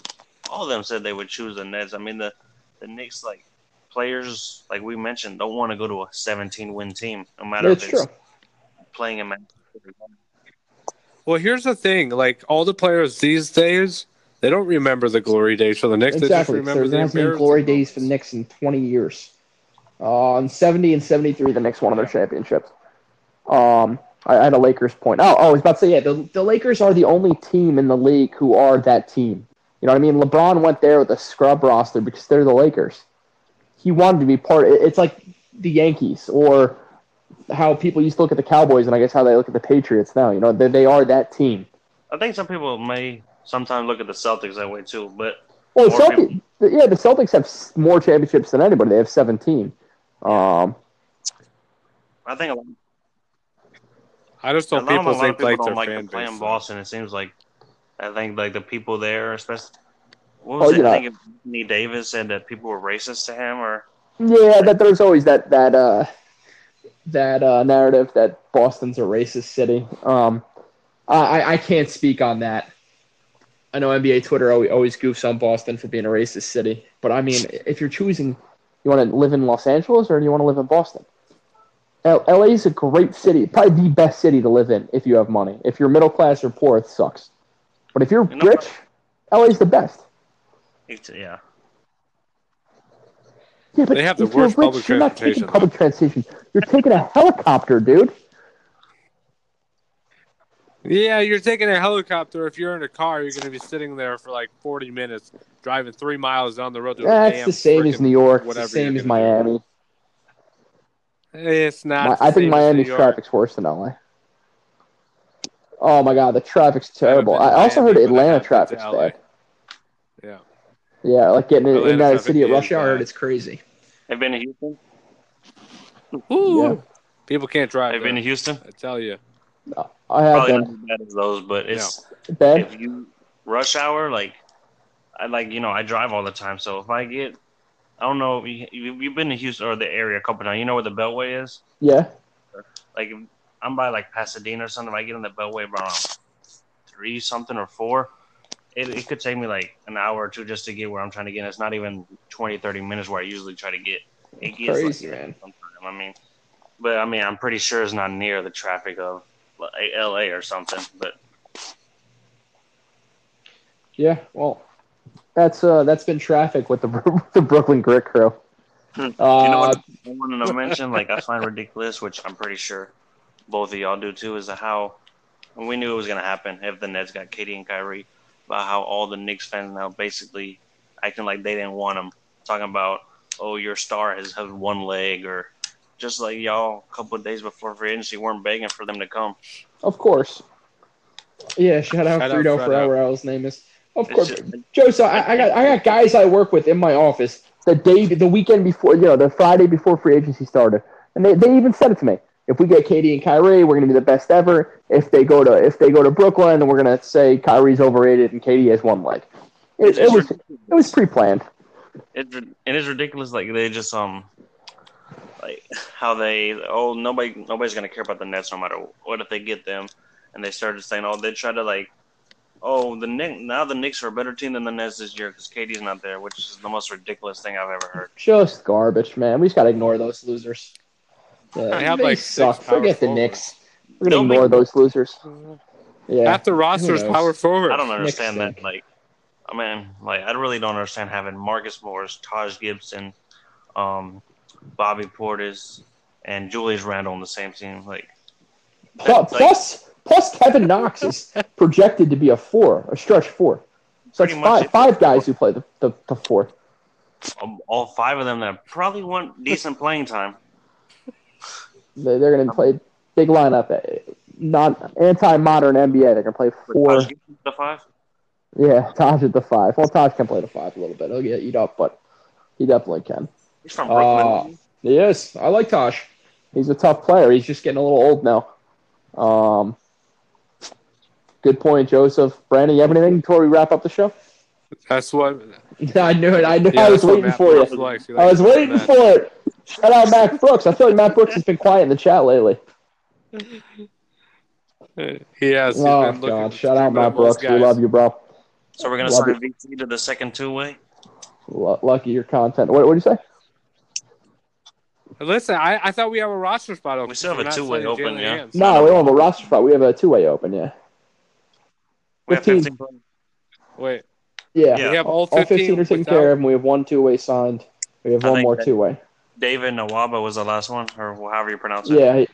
Speaker 3: all of them said they would choose the Nets. I mean, the the Knicks like players like we mentioned don't want to go to a 17 win team, no matter
Speaker 2: That's
Speaker 3: if
Speaker 2: true.
Speaker 3: it's playing a match.
Speaker 4: Well, here's the thing: like all the players these days, they don't remember the glory days for the Knicks. They just
Speaker 2: Exactly. So
Speaker 4: remember
Speaker 2: There
Speaker 4: the
Speaker 2: hasn't been glory days for the Knicks in 20 years. Uh, in 70 and 73, the Knicks won their championships. Um, I, I had a Lakers point. Oh, oh, I was about to say, yeah, the, the Lakers are the only team in the league who are that team. You know what I mean? LeBron went there with a scrub roster because they're the Lakers. He wanted to be part. it- It's like the Yankees or how people used to look at the Cowboys and I guess how they look at the Patriots now. You know, they, they are that team.
Speaker 3: I think some people may sometimes look at the Celtics that way too, but
Speaker 2: Well,
Speaker 3: Or
Speaker 2: Celtic, yeah, the Celtics have s- more championships than anybody. They have 17. Um,
Speaker 3: I think a lot
Speaker 4: I just don't
Speaker 3: a lot of-
Speaker 4: people
Speaker 3: a lot of
Speaker 4: think like
Speaker 3: people
Speaker 4: their
Speaker 3: don't like
Speaker 4: fan
Speaker 3: to play in
Speaker 4: base.
Speaker 3: Boston. It seems like I think like the people there, especially what
Speaker 2: Oh,
Speaker 3: was
Speaker 2: you
Speaker 3: it?
Speaker 2: know.
Speaker 3: I think Anthony Davis said that people were racist to him, or
Speaker 2: yeah, that there's always that that uh, that uh, narrative that Boston's a racist city. Um, I I- I can't speak on that. I know NBA Twitter al- always goofs on Boston for being a racist city, but I mean, if you're choosing, you want to live in Los Angeles or do you want to live in Boston? L- LA is a great city, probably the best city to live in if you have money. If you're middle class or poor, it sucks. But if you're
Speaker 3: You know-
Speaker 2: rich, LA's the best.
Speaker 3: it's, yeah,
Speaker 2: Yeah, but
Speaker 4: They have the
Speaker 2: if you're
Speaker 4: worst
Speaker 2: rich,
Speaker 4: public
Speaker 2: you're not taking
Speaker 4: transportation, though.
Speaker 2: public transportation. You're taking a helicopter, dude.
Speaker 4: Yeah, you're taking a helicopter. If you're in a car, you're going to be sitting there for like 40 minutes, driving three miles down the road. to a
Speaker 2: That's
Speaker 4: damn
Speaker 2: the same as
Speaker 4: freaking-
Speaker 2: New York. It's the
Speaker 4: whatever
Speaker 2: same
Speaker 4: you're
Speaker 2: as
Speaker 4: gonna do.
Speaker 2: Miami.
Speaker 4: Eh, It's not.
Speaker 2: Mi-
Speaker 4: the
Speaker 2: I think
Speaker 4: same as New
Speaker 2: Miami's
Speaker 4: York.
Speaker 2: traffic's worse than LA. Oh my god, the traffic's
Speaker 4: haven't
Speaker 2: terrible.
Speaker 4: been to
Speaker 2: I also
Speaker 4: Miami,
Speaker 2: heard
Speaker 4: but I have
Speaker 2: Atlanta
Speaker 4: been to
Speaker 2: traffic's
Speaker 4: LA.
Speaker 2: bad.
Speaker 4: Yeah.
Speaker 2: Yeah, like getting in, in
Speaker 4: Atlanta
Speaker 2: that
Speaker 4: traffic
Speaker 2: city at
Speaker 4: is
Speaker 2: rush hour, I heard
Speaker 4: bad.
Speaker 2: it's crazy.
Speaker 3: I've been to Houston.
Speaker 2: Yeah.
Speaker 4: People can't drive.
Speaker 3: I've been to
Speaker 4: there,
Speaker 3: Houston.
Speaker 4: I tell you.
Speaker 2: I have
Speaker 3: Probably not
Speaker 2: been
Speaker 3: as bad as those, but it's
Speaker 2: bad.
Speaker 3: if you rush hour, like I like you know I drive all the time, so if I get I don't know, you, you- you've been to Houston or the area a couple times. You know where the Beltway is?
Speaker 2: Yeah,
Speaker 3: Like if I'm by like Pasadena or something. I get in the Beltway around three something or four. It, it could take me like an hour or two just to get where I'm trying to get. And it's not even 20, 30 minutes where I usually try to get. It gets
Speaker 2: crazy
Speaker 3: like
Speaker 2: man.
Speaker 3: sometime. I mean, but I mean, I'm pretty sure it's not near the traffic of like, L.A. or something. But
Speaker 2: Yeah, well, that's uh that's been traffic with the Bro- the Brooklyn Grit crew.
Speaker 3: Hmm.
Speaker 2: Uh,
Speaker 3: you know what I wanted to mention, like I find ridiculous, which I'm pretty sure both of y'all do too, is how and we knew it was gonna happen if the Nets got Katie and Kyrie, about how all the Knicks fans now basically acting like they didn't want him, talking about oh your star has, has one leg or just like y'all a couple of days before free agency weren't begging for them to come.
Speaker 2: Of course. Yeah, shout out
Speaker 4: Shout out
Speaker 2: Frito
Speaker 4: Fredo.
Speaker 2: for however his name is. Of
Speaker 3: It's
Speaker 2: course,
Speaker 3: just-
Speaker 2: Joe. So I, I got I got guys I work with in my office the day the weekend before you know the Friday before free agency started, and they, they even said it to me. If we get Katie and Kyrie, we're gonna be the best ever. If they go to if they go to Brooklyn, then we're gonna say Kyrie's overrated and Katie has one leg. It,
Speaker 3: It's
Speaker 2: it
Speaker 3: just
Speaker 2: was it
Speaker 3: ridiculous.
Speaker 2: was pre planned.
Speaker 3: it it is ridiculous. Like they just um, like how they oh nobody nobody's gonna care about the Nets no matter what if they get them, and they started saying oh they try to like oh the Knick, now the Knicks are a better team than the Nets this year because KD's not there, which is the most ridiculous thing I've ever heard.
Speaker 2: Just garbage, man. We just gotta ignore those losers. Yeah,
Speaker 4: They have,
Speaker 2: they
Speaker 4: like, six
Speaker 2: suck.
Speaker 4: power
Speaker 2: Forget the
Speaker 4: forwards.
Speaker 2: Knicks. We're gonna
Speaker 3: Don't
Speaker 2: ignore
Speaker 3: make-
Speaker 2: those losers. Yeah.
Speaker 4: Half the roster is
Speaker 2: knows?
Speaker 4: power forward.
Speaker 3: I don't understand
Speaker 2: Knicks
Speaker 3: that. Like, I mean, like I really don't understand having Marcus Morris, Taj Gibson, um, Bobby Portis, and Julius Randle on the same team. Like,
Speaker 2: Plus,
Speaker 3: Like-
Speaker 2: plus, plus Kevin Knox is projected to be a four, a stretch four. So it's
Speaker 3: Pretty much
Speaker 2: five, five guys who play the, the, the four.
Speaker 3: um, all five of them that probably want decent playing time.
Speaker 2: They- They're going to play big lineup, eh, not anti-modern NBA. They're going to play four.
Speaker 3: Or, the five.
Speaker 2: Yeah, Taj at the five. Well, Taj can play the five a little bit. He'll get eat up, but he definitely can.
Speaker 3: He's from
Speaker 2: Uh,
Speaker 3: Brooklyn.
Speaker 2: Yes, I like Taj. He's a tough player. He's just getting a little old now. Um, Good point, Joseph. Brandon, you have anything before we wrap up the show?
Speaker 4: That's what.
Speaker 2: I knew it. I knew.
Speaker 4: Yeah,
Speaker 2: I was
Speaker 4: that's what
Speaker 2: waiting
Speaker 4: Matt
Speaker 2: for
Speaker 4: Brooks
Speaker 2: you.
Speaker 4: likes. He
Speaker 2: I
Speaker 4: likes
Speaker 2: was waiting
Speaker 4: Matt.
Speaker 2: for it. Shout out Matt Brooks. I feel like Matt Brooks has been quiet in the chat lately.
Speaker 4: He has. He's
Speaker 2: oh
Speaker 4: been looking
Speaker 2: God! Shout out
Speaker 4: for
Speaker 2: Matt
Speaker 4: those
Speaker 2: Brooks. We love you, bro.
Speaker 3: So we're gonna
Speaker 2: Love
Speaker 3: sign VT to the second two way.
Speaker 2: Lu lucky your content. What what do you say?
Speaker 4: Listen, I, I thought we have a roster spot open.
Speaker 3: We still have
Speaker 4: We're
Speaker 3: a
Speaker 4: not
Speaker 3: two-way
Speaker 4: signing
Speaker 3: open,
Speaker 4: Jalen
Speaker 3: yeah.
Speaker 4: Hams.
Speaker 2: No, we don't have a roster spot. We have a two way open. Yeah.
Speaker 3: We have
Speaker 2: 15.
Speaker 3: 15.
Speaker 4: Wait,
Speaker 2: Yeah.
Speaker 3: Yeah.
Speaker 4: we have all
Speaker 2: All
Speaker 4: 15,
Speaker 2: 15 are taken
Speaker 4: without-
Speaker 2: care of, and we have one two way signed. We have
Speaker 3: I
Speaker 2: one
Speaker 3: think
Speaker 2: more
Speaker 3: that-
Speaker 2: two way.
Speaker 3: David Nawaba was the last one, or however you pronounce it.
Speaker 2: Yeah,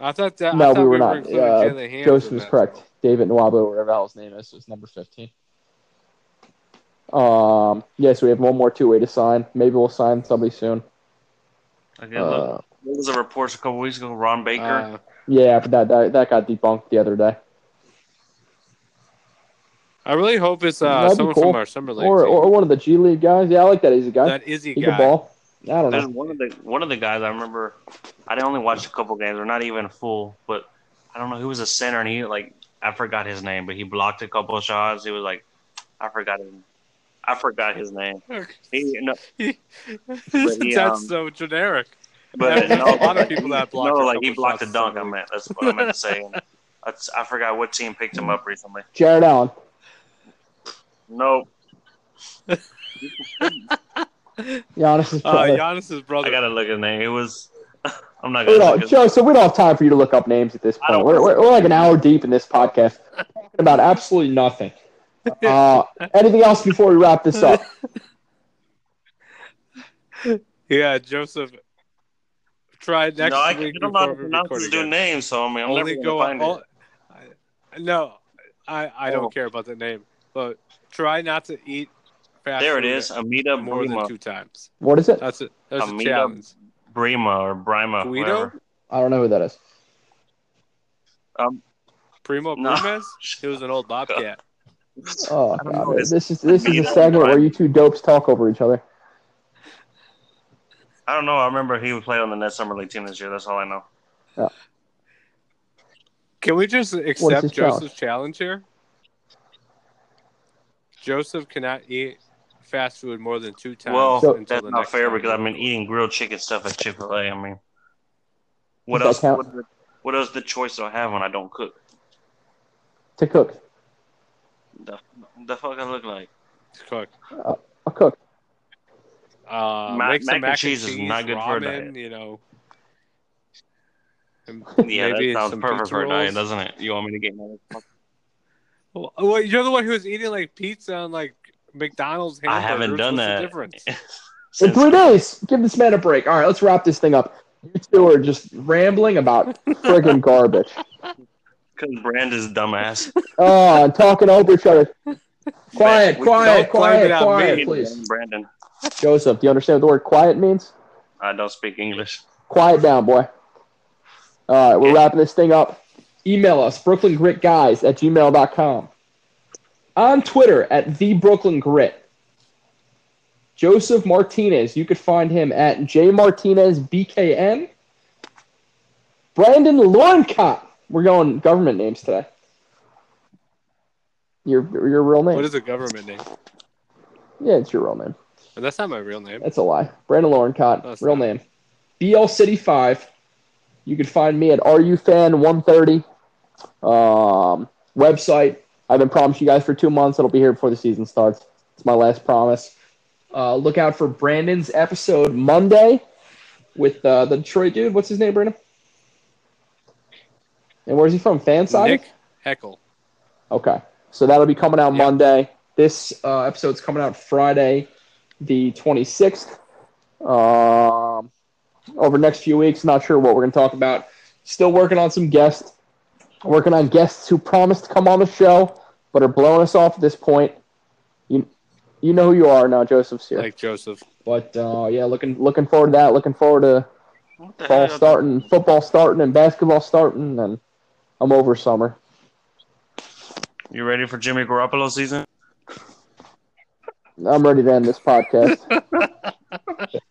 Speaker 4: I thought that.
Speaker 2: No,
Speaker 4: I thought
Speaker 2: we were
Speaker 4: were
Speaker 2: not.
Speaker 4: including
Speaker 2: Uh,
Speaker 4: Jalen Hams
Speaker 2: Joseph
Speaker 4: in
Speaker 2: was
Speaker 4: that.
Speaker 2: correct. David Nwabo, or whatever the hell his name is, was number 15. Um, yes, we have one more two way to sign. Maybe we'll sign somebody soon.
Speaker 3: Okay, look,
Speaker 2: Uh,
Speaker 3: there was a report a couple weeks ago. Ron Baker.
Speaker 4: Uh,
Speaker 2: yeah, but that, that that got debunked the other day.
Speaker 4: I really hope it's uh,
Speaker 2: That'd be
Speaker 4: someone
Speaker 2: cool.
Speaker 4: from our summer league.
Speaker 2: Or
Speaker 4: team.
Speaker 2: or one of the G League guys. Yeah, I like that. He's a guy.
Speaker 4: that Izzy
Speaker 2: he can
Speaker 4: guy.
Speaker 2: ball. I don't
Speaker 3: There's
Speaker 2: know.
Speaker 3: one of the one of the guys I remember. I only watched a couple games, or not even full, but I don't know who was a center, and he like I forgot his name, but he blocked a couple shots. He was like, I forgot him. I forgot his name. He, no,
Speaker 4: That's
Speaker 3: he, um,
Speaker 4: so generic.
Speaker 3: but
Speaker 4: There's
Speaker 3: no,
Speaker 4: a lot of people that block
Speaker 3: No,
Speaker 4: a
Speaker 3: like he
Speaker 4: couple
Speaker 3: blocked a
Speaker 4: shots
Speaker 3: dunk. I
Speaker 4: sometimes.
Speaker 3: meant that's what I meant to say. That's, I forgot what team picked him up recently.
Speaker 2: Jared Allen.
Speaker 3: No,
Speaker 2: Giannis's
Speaker 3: Oh,
Speaker 4: Uh,
Speaker 2: brother.
Speaker 4: Giannis's
Speaker 3: I
Speaker 4: brother.
Speaker 3: gotta look at his name. It was. I'm not
Speaker 2: we
Speaker 3: gonna. Look
Speaker 2: don't,
Speaker 3: at his,
Speaker 2: Joe, so we don't have time for you to look up names at this
Speaker 3: I
Speaker 2: point.
Speaker 3: don't-
Speaker 2: We're, we're, we're like an hour deep in this podcast talking about absolutely nothing. Uh, anything else before we wrap this up?
Speaker 4: yeah, Joseph. Try next
Speaker 3: no, I
Speaker 4: week.
Speaker 3: don't know how to
Speaker 4: before we
Speaker 3: pronounce
Speaker 4: record
Speaker 3: his dude
Speaker 4: again.
Speaker 3: name, so I mean, I'm
Speaker 4: Only
Speaker 3: never
Speaker 4: go.
Speaker 3: gonna find
Speaker 4: all-
Speaker 3: it.
Speaker 4: I- no, I I
Speaker 3: Oh.
Speaker 4: don't care about the name, but try not to eat. Fast
Speaker 3: There it
Speaker 4: food
Speaker 3: is, Amita
Speaker 4: More than
Speaker 3: Brima,
Speaker 4: two times.
Speaker 2: What is it?
Speaker 4: That's a that's a
Speaker 3: Amita
Speaker 4: challenge.
Speaker 3: Brima or Brima.
Speaker 4: Guido?
Speaker 3: whatever.
Speaker 2: I don't know who that is.
Speaker 3: Um,
Speaker 4: Primo
Speaker 3: No.
Speaker 4: Primes. He was an old bobcat.
Speaker 2: Oh,
Speaker 3: I
Speaker 2: God.
Speaker 3: don't know. It's-
Speaker 2: This is this is a
Speaker 3: Mito,
Speaker 2: segment
Speaker 3: right?
Speaker 2: where you two dopes talk over each other.
Speaker 3: I don't know. I remember he would play on the Nets summer league team this year. That's all I know.
Speaker 4: Can we just accept
Speaker 2: his challenge?
Speaker 4: Joseph's challenge here? Joseph cannot eat fast food more than two times.
Speaker 3: Well,
Speaker 2: So-
Speaker 4: until
Speaker 3: that's
Speaker 4: the
Speaker 3: not
Speaker 4: next
Speaker 3: fair
Speaker 4: time.
Speaker 3: because I've been eating grilled chicken stuff at Chick Fil A. I mean, what
Speaker 2: Does
Speaker 3: else?
Speaker 2: that
Speaker 3: What,
Speaker 2: count?
Speaker 3: what else? The choice do I have when I don't cook?
Speaker 2: To cook,
Speaker 3: The, the fuck I look like?
Speaker 4: cook.
Speaker 2: I'll cook.
Speaker 4: Uh,
Speaker 3: Ma-
Speaker 4: make some
Speaker 3: mac and cheese is not good for a
Speaker 4: ramen,
Speaker 3: diet.
Speaker 4: You know. And
Speaker 3: Yeah,
Speaker 4: maybe
Speaker 3: that
Speaker 4: some
Speaker 3: sounds perfect
Speaker 4: pizza
Speaker 3: for a diet,
Speaker 4: rolls.
Speaker 3: doesn't it? You want me to get my
Speaker 4: Well, uh, well, you're the one who was eating like pizza and like McDonald's.
Speaker 3: I
Speaker 4: hamburgers.
Speaker 3: haven't done
Speaker 4: What's the
Speaker 3: that.
Speaker 4: difference?
Speaker 2: In
Speaker 3: Since-
Speaker 2: three days, give this man a break. All right, let's wrap this thing up. You two are just rambling about friggin' garbage.
Speaker 3: Because Brand is dumbass.
Speaker 2: Oh, and talking over each other. Quiet,
Speaker 3: We
Speaker 2: quiet,
Speaker 4: don't blame
Speaker 2: quiet,
Speaker 4: it on
Speaker 2: quiet,
Speaker 4: me.
Speaker 2: please.
Speaker 3: Brandon,
Speaker 2: Joseph, do you understand what the word quiet means?
Speaker 3: I don't speak English.
Speaker 2: Quiet down, boy. All right, we're
Speaker 3: Okay.
Speaker 2: wrapping this thing up. Email us, BrooklynGritGuys at gmail.com. On Twitter, at the Brooklyn Grit. Joseph Martinez, you could find him at jmartinezbkm. Brandon Lorncott, we're going government names today. Your, your real name?
Speaker 4: What is a government name?
Speaker 2: yeah, it's your real name.
Speaker 4: And that's not my real name.
Speaker 2: That's a lie. Brandon Lorencott,
Speaker 4: No, it's
Speaker 2: real
Speaker 4: not.
Speaker 2: name. BL City Five. You can find me at RUFan130. Um, website. I've been promising you guys for two months. It'll be here before the season starts. It's my last promise. Uh, look out for Brandon's episode Monday with uh, the Detroit dude. What's his name, Brandon? And where's he from? Fanside?
Speaker 4: Nick Heckle.
Speaker 2: Okay. So that'll be coming out
Speaker 4: Yep.
Speaker 2: Monday. This uh, episode's coming out Friday, the 26th. Um, over the next few weeks, not sure what we're going to talk about. Still working on some guests. Working on guests who promised to come on the show, but are blowing us off at this point. You, you know who you are now, Joseph's here.
Speaker 4: Like Joseph.
Speaker 2: but uh, yeah, looking looking forward to that. Looking forward to
Speaker 3: What the
Speaker 2: ball
Speaker 3: hell?
Speaker 2: starting, football starting, and basketball starting. And I'm over summer.
Speaker 3: You ready for Jimmy Garoppolo season?
Speaker 2: I'm ready to end this podcast.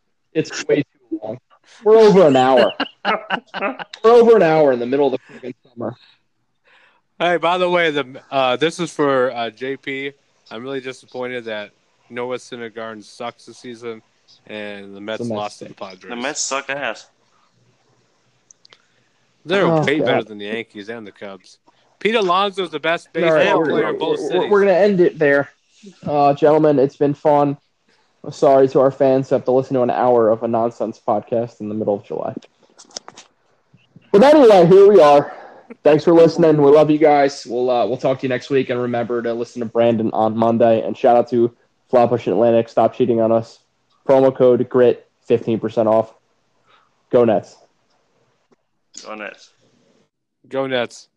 Speaker 2: it's way too long. We're over an hour. We're over an hour in the middle of the freaking summer.
Speaker 4: Hey, by the way, the uh, this is for uh, JP. I'm really disappointed that Noah Syndergaard sucks this season, and the Mets,
Speaker 2: The Mets
Speaker 4: lost to the
Speaker 2: suck.
Speaker 4: Padres.
Speaker 3: The Mets sucked ass.
Speaker 4: They're
Speaker 2: Oh,
Speaker 4: way
Speaker 2: God.
Speaker 4: better than the Yankees and the Cubs. Pete Alonso's the best
Speaker 2: All right,
Speaker 4: baseball
Speaker 2: we're,
Speaker 4: player in both
Speaker 2: we're-
Speaker 4: cities.
Speaker 2: we're gonna end it there, uh, gentlemen. It's been fun. I'm sorry to our fans who have to listen to an hour of a nonsense podcast in the middle of July. But anyway, here we are. Thanks for listening. We love you guys. We'll uh, we'll talk to you next week, and remember to listen to Brandon on Monday. And shout out to Flatbush Atlantic. Stop cheating on us. Promo code grit fifteen percent off. Go Nets.
Speaker 3: Go Nets.
Speaker 4: Go Nets.